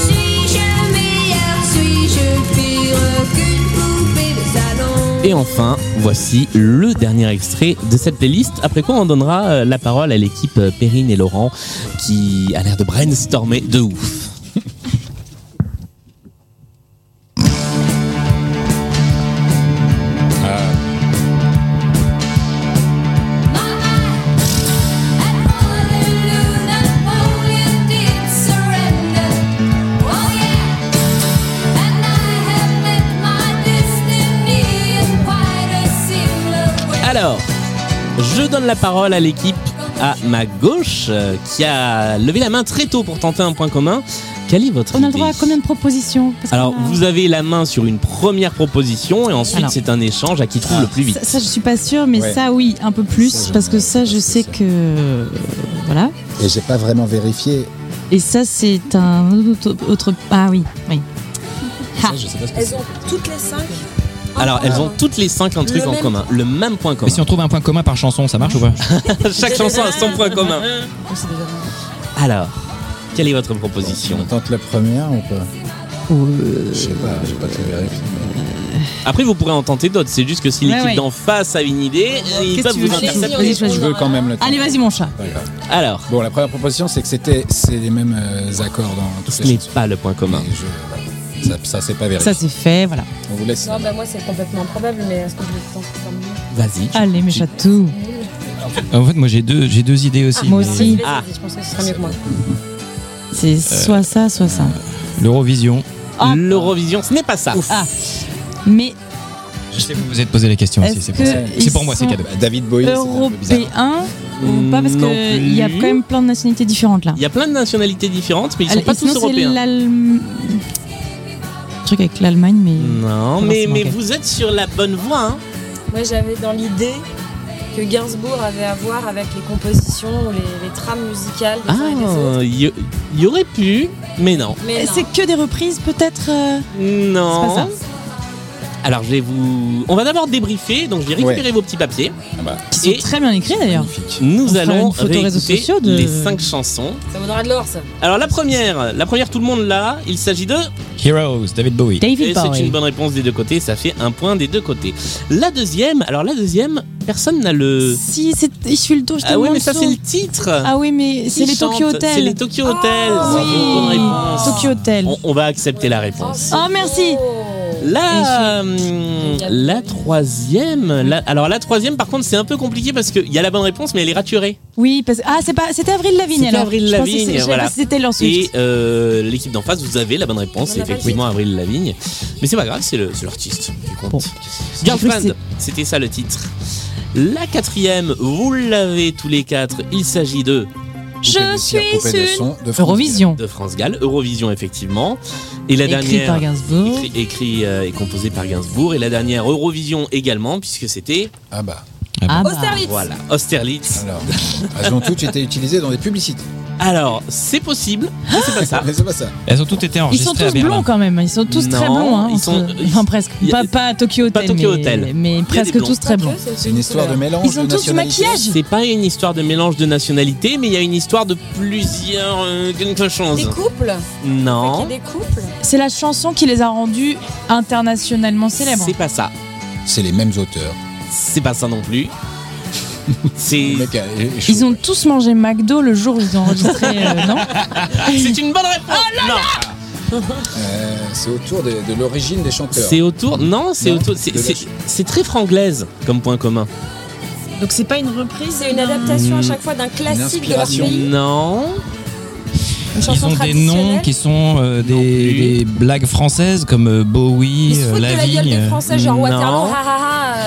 Speaker 8: Suis-je meilleure, suis-je pire qu'une poupée de salon?
Speaker 1: Et enfin, voici le dernier extrait de cette playlist. Après quoi, on donnera euh, la parole à l'équipe euh, Perrine et Laurent qui a l'air de brainstormer de ouf. Alors, je donne la parole à l'équipe à ma gauche euh, qui a levé la main très tôt pour tenter un point commun. Quelle est votre
Speaker 5: On a le
Speaker 1: idée
Speaker 5: droit à combien de propositions Parce
Speaker 1: Alors,
Speaker 5: qu'on a-
Speaker 1: vous avez la main sur une première proposition et ensuite
Speaker 5: Alors. Ah.
Speaker 1: c'est un échange à qui trouve le plus vite.
Speaker 5: Ça, ça, je suis pas sûre, mais
Speaker 1: Ouais.
Speaker 5: ça, oui, un peu plus, parce que ça, je sais que. euh, Voilà.
Speaker 3: Et j'ai pas vraiment vérifié.
Speaker 5: Et ça, c'est un autre. autre- Ah oui, oui.
Speaker 1: Ça,
Speaker 3: Ah,
Speaker 1: je sais pas ce que
Speaker 4: Elles ont toutes les cinq. Ah,
Speaker 1: Alors, elles
Speaker 5: euh,
Speaker 1: ont toutes les cinq un truc
Speaker 4: Le
Speaker 1: en
Speaker 4: même
Speaker 1: commun, le même point commun.
Speaker 2: Mais si on trouve un point commun par chanson, ça marche ou pas
Speaker 1: Chaque chanson a son point commun. Alors, quelle est votre proposition
Speaker 3: On tente la première ou pas
Speaker 5: euh,
Speaker 3: Je sais pas, j'ai pas tout vérifié.
Speaker 1: Après, vous pourrez en tenter d'autres. C'est juste que si
Speaker 5: Ouais,
Speaker 1: l'équipe
Speaker 5: ouais.
Speaker 1: d'en face a une idée, ils
Speaker 5: Qu'est-ce
Speaker 1: peuvent
Speaker 5: que tu
Speaker 1: vous
Speaker 5: veux choisir
Speaker 1: intercepter.
Speaker 5: Vas-y, choisis.
Speaker 3: Je veux quand même le temps.
Speaker 5: Allez, vas-y, mon chat.
Speaker 1: Alors.
Speaker 3: Bon, la première proposition, c'est que c'était c'est les mêmes euh, accords dans toutes
Speaker 1: Ce
Speaker 3: les
Speaker 1: n'est
Speaker 3: chansons.
Speaker 1: pas le point commun.
Speaker 3: Et je- voilà. Ça, ça c'est pas vérifié.
Speaker 5: Ça, c'est fait, voilà.
Speaker 3: On vous laisse.
Speaker 4: Non, bah moi c'est complètement improbable, mais est-ce que je le tente quand même
Speaker 1: Vas-y.
Speaker 5: Allez, mes chatous.
Speaker 2: En fait, moi j'ai deux, j'ai deux idées aussi.
Speaker 5: Ah, moi
Speaker 2: mais-
Speaker 5: aussi.
Speaker 4: Ah. Je pense que ce sera mieux que moi.
Speaker 5: C'est
Speaker 1: Euh.
Speaker 5: soit ça, soit ça.
Speaker 2: L'Eurovision.
Speaker 1: L'Eurovision, ce n'est pas ça.
Speaker 5: Ah. Mais
Speaker 2: Je sais que vous vous êtes posé la question aussi,
Speaker 5: Est-ce
Speaker 2: c'est pour
Speaker 5: que
Speaker 2: ça.
Speaker 5: ils
Speaker 2: C'est pour moi, c'est
Speaker 5: sont
Speaker 2: cadeau.
Speaker 3: David Bowie,
Speaker 5: européen ou pas Parce
Speaker 1: Non
Speaker 5: qu'il y a
Speaker 1: plus.
Speaker 5: quand même plein de nationalités différentes là.
Speaker 1: Il y a plein de nationalités différentes, mais ils ne sont
Speaker 5: Allez,
Speaker 1: pas
Speaker 5: et
Speaker 1: tous
Speaker 5: sinon, c'est
Speaker 1: européens.
Speaker 5: l'Allem- truc avec l'Allemagne, mais.
Speaker 1: Non, mais,
Speaker 5: Pas forcément,
Speaker 1: mais
Speaker 5: ok.
Speaker 1: vous êtes sur la bonne voie. hein.
Speaker 4: Moi j'avais dans l'idée que Gainsbourg avait à voir avec les compositions ou les, les trames musicales des
Speaker 1: Ah,
Speaker 4: uns et des autres.
Speaker 1: il y, il y aurait pu, mais non.
Speaker 4: Mais non.
Speaker 5: C'est que des reprises peut-être euh,
Speaker 1: Non.
Speaker 5: C'est pas ça.
Speaker 1: Alors, je vais vous. On va d'abord débriefer, donc je vais récupérer vos petits papiers.
Speaker 5: qui sont très bien écrites d'ailleurs.
Speaker 1: Nous
Speaker 5: On fera
Speaker 1: allons
Speaker 5: une photo réseaux
Speaker 1: réécouter
Speaker 5: sociaux de-
Speaker 1: les cinq chansons.
Speaker 4: Ça vaudra de l'or ça.
Speaker 1: Alors, la première, la première, tout le monde l'a. Il s'agit de.
Speaker 2: Heroes, David Bowie.
Speaker 1: Et c'est une bonne réponse des deux côtés, ça fait un point des deux côtés. La deuxième, alors la deuxième, personne n'a le.
Speaker 5: Si, c'est je suis le dos, je te
Speaker 1: Ah oui,
Speaker 5: demande
Speaker 1: mais ça
Speaker 5: chaud.
Speaker 1: c'est le titre
Speaker 5: Ah oui, mais
Speaker 1: Qui
Speaker 5: c'est les Tokyo
Speaker 1: chante
Speaker 5: Hotel.
Speaker 1: C'est les Tokyo Hotel C'est une bonne réponse.
Speaker 5: Tokyo Hotel.
Speaker 1: On, on va accepter la réponse.
Speaker 5: Oh merci
Speaker 1: La, hum, la troisième, la- alors la troisième par contre c'est un peu compliqué parce qu'il y a la bonne réponse mais elle est raturée.
Speaker 5: Oui, parce... ah c'est pas c'était Avril Lavigne
Speaker 1: C'était
Speaker 5: alors.
Speaker 1: Avril
Speaker 5: Je pensais que
Speaker 1: Lavigne,
Speaker 5: c'est- je savais
Speaker 1: voilà.
Speaker 5: pas si c'était Taylor Swift.
Speaker 1: Et euh, l'équipe d'en face, vous avez la bonne réponse, c'est effectivement Avril Lavigne. Mais c'est pas grave, c'est le- c'est l'artiste qui compte. Girlfriend, c'était ça le titre. La quatrième, vous l'avez tous les quatre, il s'agit de.
Speaker 5: Je
Speaker 1: Poupée de
Speaker 5: suis
Speaker 1: son
Speaker 5: une
Speaker 1: de France
Speaker 5: Eurovision.
Speaker 1: euh, De France Gall, Eurovision effectivement. Et la
Speaker 5: Écrit
Speaker 1: dernière.
Speaker 5: par Gainsbourg.
Speaker 1: Écrit, écrit, euh, et composé par Gainsbourg. Et la dernière, Eurovision également, puisque c'était.
Speaker 3: Ah bah.
Speaker 5: Ah bah.
Speaker 1: Voilà, Austerlitz.
Speaker 3: Alors, elles ont toutes été utilisées dans des publicités.
Speaker 1: Alors, c'est possible, mais
Speaker 5: Ah,
Speaker 1: c'est pas ça.
Speaker 3: Mais c'est pas ça.
Speaker 2: Elles ont toutes été
Speaker 5: Ils sont
Speaker 2: enregistrées à
Speaker 5: tous blonds
Speaker 2: Berlin.
Speaker 5: quand même, ils sont tous très
Speaker 1: Non,
Speaker 5: blonds. Hein,
Speaker 1: ils
Speaker 5: entre-
Speaker 1: sont-
Speaker 5: Enfin presque,
Speaker 1: y a-
Speaker 5: pas, pas à Tokyo Hotel.
Speaker 1: Pas Tokyo
Speaker 5: mais...
Speaker 1: Hotel. Il y
Speaker 5: Mais
Speaker 1: a
Speaker 5: presque
Speaker 1: des blonds.
Speaker 5: tous très blonds.
Speaker 3: C'est une histoire de mélange
Speaker 5: Ils ont
Speaker 3: de
Speaker 5: tous du
Speaker 3: nationalités.
Speaker 5: maquillage
Speaker 1: C'est pas une histoire de mélange de nationalités, mais il y a une histoire de plusieurs euh, quelque chose.
Speaker 4: Des couples
Speaker 1: Non,
Speaker 4: Des couples
Speaker 5: C'est la chanson qui les a rendus internationalement célèbres.
Speaker 1: c'est pas ça.
Speaker 3: C'est les mêmes auteurs.
Speaker 1: C'est pas ça non
Speaker 3: <laughs>
Speaker 1: plus. C'est
Speaker 3: Le mec a- est- est chaud.
Speaker 5: Ils ont tous mangé McDo le jour où ils ont enregistré, euh, non
Speaker 1: Ah, c'est une bonne réponse.
Speaker 3: Ah.
Speaker 1: Non.
Speaker 3: Euh, c'est autour de, de l'origine des chanteurs.
Speaker 1: C'est autour. Non, c'est
Speaker 3: Non,
Speaker 1: autour. c'est-
Speaker 3: de la-
Speaker 1: C'est c'est très franglaise comme point commun.
Speaker 5: Donc c'est pas une reprise,
Speaker 4: C'est une adaptation à chaque fois d'un classique de leur
Speaker 3: inspiration.
Speaker 4: pays.
Speaker 1: Non.
Speaker 4: Une
Speaker 2: Ils
Speaker 4: chanson
Speaker 2: ont des noms
Speaker 4: traditionnelle.
Speaker 2: qui sont euh, des, des blagues françaises comme euh, Bowie,
Speaker 4: Ils se
Speaker 2: euh,
Speaker 4: foutent de la gueule des
Speaker 2: Lavigne.
Speaker 4: Français, genre
Speaker 1: Non.
Speaker 4: Waterloo, ha ha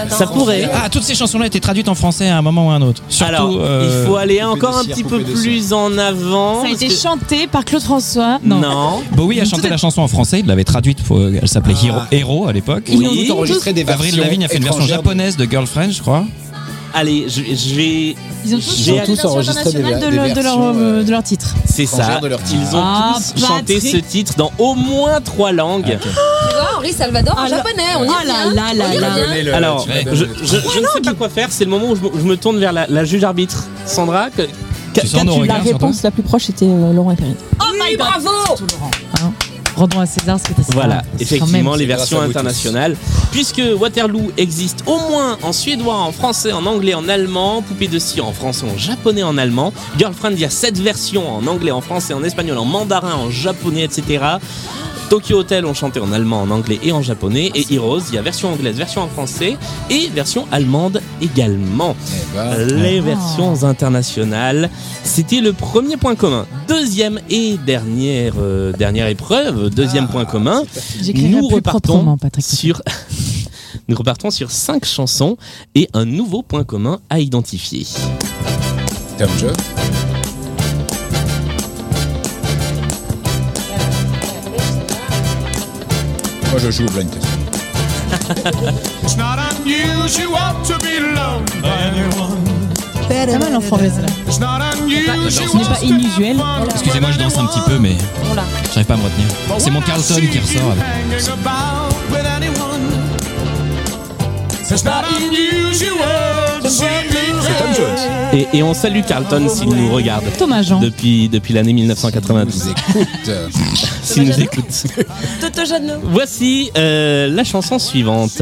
Speaker 4: ha. euh,
Speaker 1: Ça
Speaker 4: dans-
Speaker 1: pourrait.
Speaker 2: Ah, toutes ces chansons-là étaient traduites en français à un moment ou à un autre. Surtout,
Speaker 1: Alors,
Speaker 2: euh,
Speaker 1: il faut aller encore
Speaker 3: de
Speaker 1: un
Speaker 3: cire,
Speaker 1: petit peu
Speaker 3: poupée de cire.
Speaker 1: plus en avant.
Speaker 5: Ça a
Speaker 1: parce
Speaker 5: été
Speaker 1: que-
Speaker 5: chanté par Claude François. Non.
Speaker 1: Non.
Speaker 2: Bowie a
Speaker 5: Tout
Speaker 2: chanté
Speaker 5: est-
Speaker 2: la chanson en français, il l'avait traduite, faut- elle s'appelait Hero, Hero à l'époque.
Speaker 1: Oui.
Speaker 3: Ah. Ils ont tout enregistré des versions.
Speaker 2: Avril Lavigne a fait une version
Speaker 3: étrangères de-
Speaker 2: japonaise de Girlfriend, je crois.
Speaker 1: Allez, je, je vais.
Speaker 5: Ils ont tous
Speaker 1: J'ai
Speaker 5: chanté
Speaker 3: tous
Speaker 5: la version
Speaker 3: enregistré
Speaker 5: internationale
Speaker 3: des-
Speaker 5: de,
Speaker 3: des
Speaker 5: leur- de leur,
Speaker 3: versions,
Speaker 5: euh,
Speaker 3: euh,
Speaker 5: de leur titre.
Speaker 1: C'est ça.
Speaker 3: Étrangères de leur titre.
Speaker 1: Ils ont
Speaker 5: Ah,
Speaker 1: tous chanté
Speaker 5: Patrick.
Speaker 1: ce titre dans au moins trois langues.
Speaker 3: Ah,
Speaker 4: Tu vois, Oh, Henri Salvador, en
Speaker 5: Ah là-
Speaker 4: japonais. On y
Speaker 5: Ah là
Speaker 4: revient.
Speaker 5: là là
Speaker 4: On y
Speaker 5: là.
Speaker 4: revient.
Speaker 3: Donnez le-
Speaker 1: Alors,
Speaker 3: tu vas donner
Speaker 1: je,
Speaker 3: le-
Speaker 1: je- je ne sais pas quoi faire. C'est le moment où je, me- je me tourne vers la, la juge arbitre. Sandra, que-
Speaker 2: Tu sens nos
Speaker 15: La
Speaker 2: regards sur toi
Speaker 15: réponse la plus proche était euh, Laurent et Perrine.
Speaker 4: Oh my bravo
Speaker 5: Hein Rendons à César ce que t'as
Speaker 1: Voilà,
Speaker 5: Quand
Speaker 1: effectivement,
Speaker 5: même.
Speaker 1: les
Speaker 3: C'est grâce
Speaker 1: versions
Speaker 3: à vous
Speaker 1: internationales. Puisque Waterloo existe au moins en suédois, en français, en anglais, en allemand, Poupée de cire en français, en japonais, en allemand, Girlfriend, il y a 7 versions en anglais, en français, en espagnol, en mandarin, en japonais, etc. Tokyo Hotel, on chantait en allemand, en anglais et en japonais. Et Heroes, il y a version anglaise, version en français et version allemande également.
Speaker 3: Eh ben,
Speaker 1: Les versions internationales, c'était le premier point commun. Deuxième et dernière, euh, dernière épreuve, deuxième point commun.
Speaker 5: J'écrirai
Speaker 1: Nous
Speaker 5: plus
Speaker 1: repartons
Speaker 5: proprement, Patrick.
Speaker 1: sur <laughs> nous repartons sur cinq chansons et un nouveau point commun à identifier.
Speaker 3: Tom Job. Moi, je joue au blind test.
Speaker 10: It's not unusual to be loved by anyone.
Speaker 5: Pas mal en française là.
Speaker 10: It's not unusual.
Speaker 5: Ce n'est pas inusuel.
Speaker 2: Excusez-moi, je danse un petit peu, mais
Speaker 5: On l'a.
Speaker 2: j'arrive pas à me retenir.
Speaker 3: Bah
Speaker 2: C'est mon Carlton qui ressort. avec.
Speaker 10: hanging about with anyone. It's not unusual to see me
Speaker 1: Et, et on salue Carlton s'il nous regarde.
Speaker 5: Thomas Jean.
Speaker 1: Depuis, depuis l'année 1992.
Speaker 3: euh,
Speaker 1: S'il nous écoute.
Speaker 4: Toto Jeannot.
Speaker 1: Voici euh, la chanson suivante.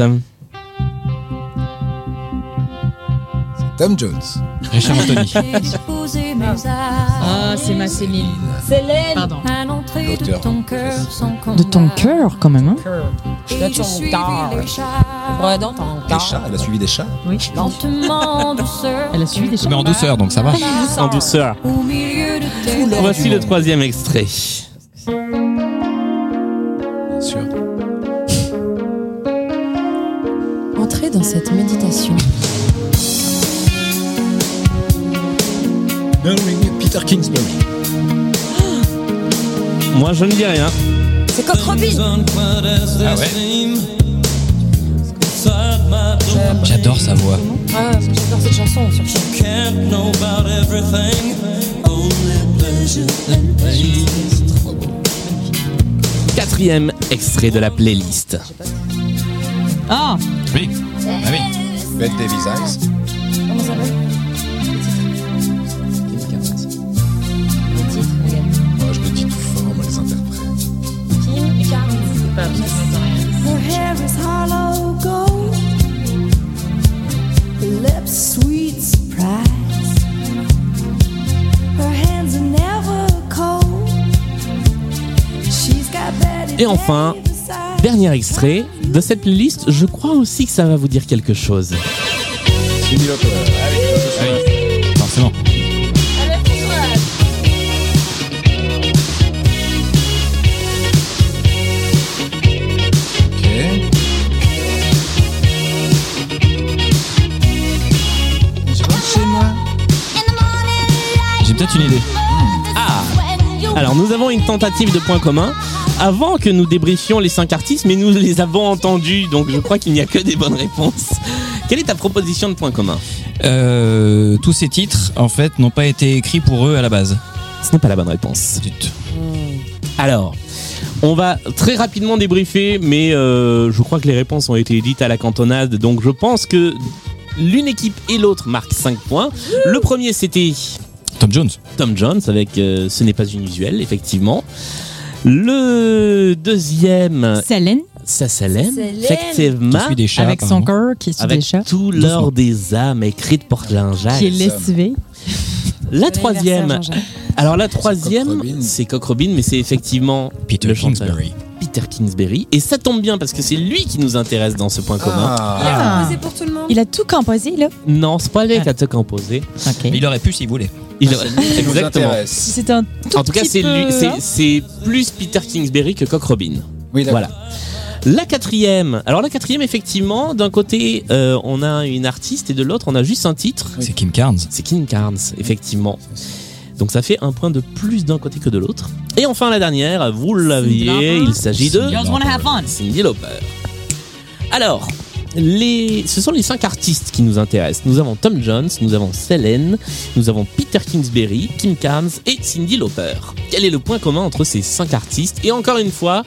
Speaker 3: Tom Jones.
Speaker 2: Richard Anthony.
Speaker 5: Ah, c'est ma Céline.
Speaker 4: Céline.
Speaker 5: Pardon.
Speaker 3: L'auteur.
Speaker 5: De ton cœur quand même. Hein.
Speaker 4: De ton cœur. Ouais, dans ton
Speaker 3: Des
Speaker 4: cœur.
Speaker 3: chats, elle a suivi des chats.
Speaker 5: Oui.
Speaker 4: Lentement, douceur.
Speaker 5: Elle a suivi des
Speaker 2: Mais en douceur, donc ça va.
Speaker 1: En douceur.
Speaker 4: Au milieu de tes
Speaker 1: Voici le troisième extrait.
Speaker 3: Bien sûr.
Speaker 4: Entrez dans cette méditation.
Speaker 3: Peter Kingsbury.
Speaker 1: Moi, je ne dis rien.
Speaker 4: C'est Coq Robin.
Speaker 2: Ah ouais. J'adore sa voix.
Speaker 4: Ah, j'adore cette chanson. sur le-
Speaker 1: Quatrième extrait de la playlist.
Speaker 5: Ah,
Speaker 2: Oui. Ah oui.
Speaker 3: Bette Davis Eyes.
Speaker 4: Comment ça s'appelle Le titre, regarde.
Speaker 3: Moi, je le dis tout fort, moi, les interprètes.
Speaker 4: Kim Carnes.
Speaker 8: Her hair is hollow gold. Her lips sweet surprise. Her hands are never cold. She's got Betty
Speaker 1: Et enfin,
Speaker 8: Davis eyes.
Speaker 1: Dernier extrait de cette playlist. Je crois aussi que ça va vous dire quelque chose.
Speaker 3: Cindy Lauper.
Speaker 2: Ah oui. Forcément.
Speaker 3: Ok. Je rentre chez moi.
Speaker 2: J'ai peut-être une idée.
Speaker 1: Ah Alors nous avons une tentative de point commun avant que nous débriefions les cinq artistes, mais nous les avons entendus, donc je crois qu'il n'y a que des bonnes réponses. Quelle est ta proposition de point commun
Speaker 2: Euh, tous ces titres, en fait, n'ont pas été écrits pour eux à la base.
Speaker 1: Ce n'est pas la bonne réponse.
Speaker 2: Zut.
Speaker 1: Alors, on va très rapidement débriefer, mais euh, je crois que les réponses ont été dites à la cantonade, donc je pense que l'une équipe et l'autre marquent 5 points. Le premier, c'était
Speaker 2: Tom Jones.
Speaker 1: Tom Jones avec euh, Ce n'est pas unusuel, effectivement. Le deuxième,
Speaker 5: Céline
Speaker 1: ça s'appelle,
Speaker 4: Salem.
Speaker 2: Qui
Speaker 1: effectivement,
Speaker 2: suit des chats.
Speaker 5: avec son
Speaker 2: apparemment.
Speaker 5: cœur qui est sous des
Speaker 1: avec
Speaker 5: chats,
Speaker 1: tout l'or des âmes écrite par
Speaker 5: qui est
Speaker 1: Linjac.
Speaker 5: lessivé.
Speaker 1: La
Speaker 4: Bon
Speaker 1: troisième,
Speaker 4: anniversaire, Jean-Jacques.
Speaker 1: alors la
Speaker 3: Cock
Speaker 1: troisième,
Speaker 3: Robin.
Speaker 1: c'est Cock Robin, mais c'est effectivement
Speaker 2: Peter
Speaker 1: le chanteur.
Speaker 2: Kingsbury.
Speaker 1: Peter Kingsbury. Et ça tombe bien parce que c'est lui qui nous intéresse dans ce point commun.
Speaker 3: Ah.
Speaker 5: Ah.
Speaker 4: C'est pour tout le monde.
Speaker 5: Il a tout composé là.
Speaker 1: Non, c'est pas lui qui
Speaker 5: Ah.
Speaker 1: a tout composé.
Speaker 5: Ok.
Speaker 2: Mais Il aurait pu s'il voulait.
Speaker 1: Il
Speaker 3: Ah, c'est lui qui nous
Speaker 1: Exactement.
Speaker 3: intéresse.
Speaker 5: C'est un tout
Speaker 1: En tout cas,
Speaker 5: petit
Speaker 1: c'est lui-
Speaker 5: peu,
Speaker 1: c'est-
Speaker 5: hein.
Speaker 1: c'est plus Peter Kingsbury que Cock Robin.
Speaker 3: Oui, d'accord.
Speaker 1: Voilà. La quatrième. Alors la quatrième, effectivement, d'un côté, euh, on a une artiste et de l'autre, on a juste un titre.
Speaker 2: C'est Kim Carnes.
Speaker 1: C'est King Carnes, effectivement. Donc ça fait un point de plus d'un côté que de l'autre. Et enfin la dernière, vous l'aviez,
Speaker 2: hein.
Speaker 1: il s'agit de
Speaker 5: Girls wanna have fun.
Speaker 1: Cindy Lauper. Alors, les... ce sont les cinq artistes qui nous intéressent. Nous avons Tom Jones, nous avons Selene, nous avons Peter Kingsbury, Kim Carnes et Cindy Lauper. Quel est le point commun entre ces cinq artistes Et encore une fois,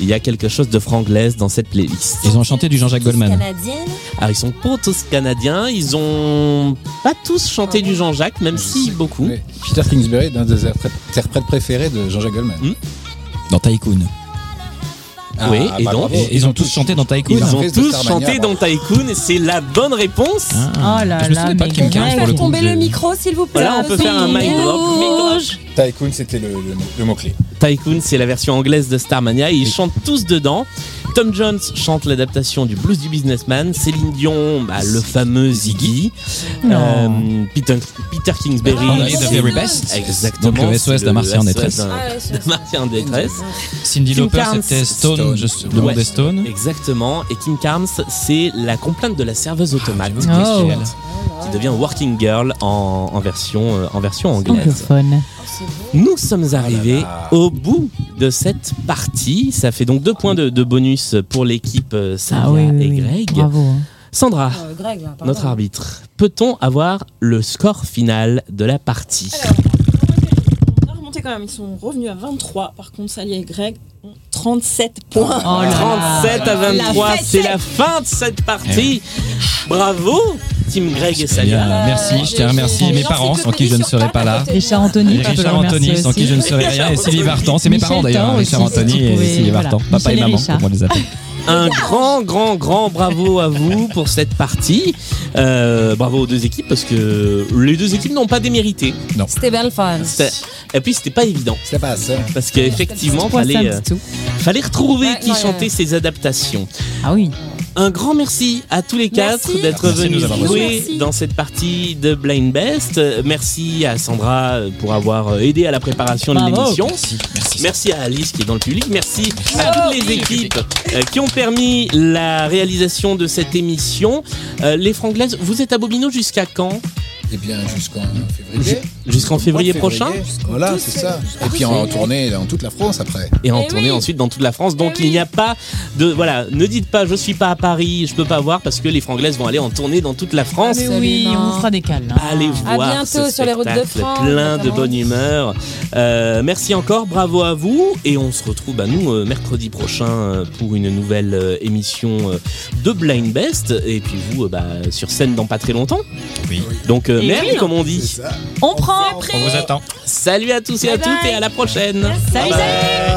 Speaker 1: il y a quelque chose de franglaise dans cette playlist.
Speaker 2: Ils ont chanté du Jean-Jacques Goldman.
Speaker 4: Canadienne.
Speaker 1: Alors, ils sont pas tous canadiens, ils ont pas tous
Speaker 2: Ah
Speaker 1: chanté du Jean-Jacques, même si beaucoup.
Speaker 3: Oui. Peter Kingsbury est un des interprètes préférés de Jean-Jacques Goldman.
Speaker 2: Dans Tycoon.
Speaker 3: Ah,
Speaker 1: Oui,
Speaker 3: bah,
Speaker 1: et donc
Speaker 2: Et ils ont tous chanté dans Tycoon.
Speaker 1: Ils
Speaker 3: Ils ont
Speaker 1: ont
Speaker 3: fait de
Speaker 1: tous
Speaker 3: Starmania,
Speaker 1: chanté dans
Speaker 3: bravo.
Speaker 1: Tycoon et c'est la bonne réponse.
Speaker 2: Ah.
Speaker 5: Oh là
Speaker 2: Je me
Speaker 5: là,
Speaker 2: souvenais pas
Speaker 5: mais
Speaker 2: de Kim Carnes
Speaker 5: ouais.
Speaker 2: pour le
Speaker 4: Faire
Speaker 2: coup.
Speaker 4: tomber
Speaker 2: j'ai-
Speaker 4: le micro, s'il vous plaît.
Speaker 1: Voilà, on peut
Speaker 4: Ah,
Speaker 1: faire un mic drop.
Speaker 4: Rouge.
Speaker 3: Tycoon, c'était le, le mot- le mot-clé.
Speaker 1: Tycoon, c'est la version anglaise de Starmania. et Ils chantent tous dedans. Tom Jones chante l'adaptation du blues du businessman. Céline Dion, bah, le fameux Ziggy. Euh, Peter, Peter Kingsbury.
Speaker 2: Only Ah, the very best.
Speaker 1: Exactement.
Speaker 2: Donc le
Speaker 1: c'est
Speaker 2: SOS d'un Martien en
Speaker 1: SOS
Speaker 2: détresse.
Speaker 1: d'un-
Speaker 4: Ah
Speaker 1: <laughs>
Speaker 4: ouais,
Speaker 1: d'un
Speaker 4: c'est-
Speaker 1: Martien en détresse.
Speaker 2: Cindy
Speaker 1: Kim
Speaker 2: Lauper,
Speaker 1: Carnes.
Speaker 2: c'était Stone.
Speaker 3: Stone.
Speaker 2: Je le nom
Speaker 1: Ouais.
Speaker 2: des Stone.
Speaker 1: Exactement. Et Kim Carnes, c'est la complainte de la serveuse
Speaker 15: Bah,
Speaker 1: automate.
Speaker 2: Ah,
Speaker 5: j'avoue que Oh.
Speaker 1: Qui devient Working Girl en, en version, euh, en version anglaise.
Speaker 5: Anglophone.
Speaker 1: Nous sommes arrivés au bout de cette partie. Ça fait donc deux points de, de bonus pour l'équipe euh, Sarah
Speaker 15: Ah oui, oui,
Speaker 1: et
Speaker 15: oui.
Speaker 1: Greg.
Speaker 15: Bravo, hein.
Speaker 1: Sandra,
Speaker 4: Euh, Greg, là, pardon.
Speaker 1: notre arbitre, peut-on avoir le score final de la partie
Speaker 9: On a remonté quand même, ils sont revenus à 23. Par contre, Sally et Greg ont 37 points.
Speaker 15: Oh
Speaker 1: 37 à 23, c'est la fin de cette partie. Bravo, Team Greg et
Speaker 2: Eh bien,
Speaker 1: Salia.
Speaker 2: merci, je tiens à remercier mes parents sans qui je ne serais pas là.
Speaker 15: Richard Anthony,
Speaker 2: Et
Speaker 15: tu peux le
Speaker 2: Richard
Speaker 15: remercier
Speaker 2: Anthony, sans
Speaker 15: aussi.
Speaker 2: qui je ne serais rien, et Sylvie Vartan, c'est mes
Speaker 15: Michel
Speaker 2: parents d'ailleurs,
Speaker 15: Tan
Speaker 2: hein, Richard
Speaker 15: aussi, si
Speaker 2: Anthony
Speaker 15: tu
Speaker 2: et
Speaker 15: pouvais,
Speaker 2: Sylvie
Speaker 15: voilà.
Speaker 2: Vartan, papa et
Speaker 15: Michel et
Speaker 2: maman,
Speaker 15: Richard.
Speaker 2: comme on les appelle.
Speaker 1: Un grand, grand, grand bravo à vous pour cette partie. Euh, bravo aux deux équipes parce que les deux équipes n'ont pas démérité. Non.
Speaker 4: C'était belle fun.
Speaker 1: Et puis c'était pas évident. C'était pas Parce qu'effectivement,
Speaker 4: C'était pas
Speaker 1: fallait,
Speaker 4: simple
Speaker 1: euh,
Speaker 4: du tout.
Speaker 1: fallait retrouver
Speaker 4: Ouais,
Speaker 1: qui
Speaker 4: non,
Speaker 1: chantait
Speaker 4: euh,
Speaker 1: ces adaptations. Ah oui. Un grand merci à tous les quatre
Speaker 2: Merci.
Speaker 1: d'être
Speaker 2: Merci de
Speaker 1: venus
Speaker 2: nous avoir
Speaker 1: jouer
Speaker 2: reçus.
Speaker 1: dans cette partie de Blind Best. Euh, Merci à Sandra euh, pour avoir euh, aidé à la préparation de
Speaker 2: Bravo.
Speaker 1: l'émission.
Speaker 2: Merci,
Speaker 1: Merci à Alice qui est dans le public. Merci à toutes les équipes euh, qui ont permis la réalisation de cette émission. Euh, Les Franglaises, vous êtes à Bobino jusqu'à quand
Speaker 3: Eh bien, jusqu'en février.
Speaker 1: Jusqu'en février
Speaker 3: Mois de
Speaker 1: prochain
Speaker 3: Voilà, c'est ça. Et puis en tournée dans toute la France après.
Speaker 1: et
Speaker 5: Eh
Speaker 1: en tournée ensuite dans toute la France. Donc il n'y a pas de voilà, ne dites pas je suis pas à Paris, je peux pas voir parce que les Franglaises vont aller en tournée dans toute la France.
Speaker 5: Ah, Mais oui, on vous fera des câlins.
Speaker 2: hein.
Speaker 1: Allez
Speaker 5: À
Speaker 1: voir
Speaker 5: bientôt
Speaker 1: ce
Speaker 5: sur les routes de
Speaker 1: spectacle
Speaker 5: France,
Speaker 1: plein de
Speaker 5: notamment.
Speaker 1: bonne humeur. Euh, merci encore, bravo à vous et on se retrouve à nous euh, mercredi prochain euh, pour une nouvelle euh, émission euh, de Blind Best et puis vous euh, bah, sur scène dans pas très longtemps.
Speaker 2: Oui.
Speaker 1: Donc euh,
Speaker 2: Et
Speaker 1: merde
Speaker 2: oui.
Speaker 1: comme on dit.
Speaker 2: On prend. On vous attend.
Speaker 1: Salut à tous et à
Speaker 2: Bye
Speaker 1: toutes
Speaker 2: bye.
Speaker 1: et à la prochaine.
Speaker 2: Salut,
Speaker 1: Bye bye.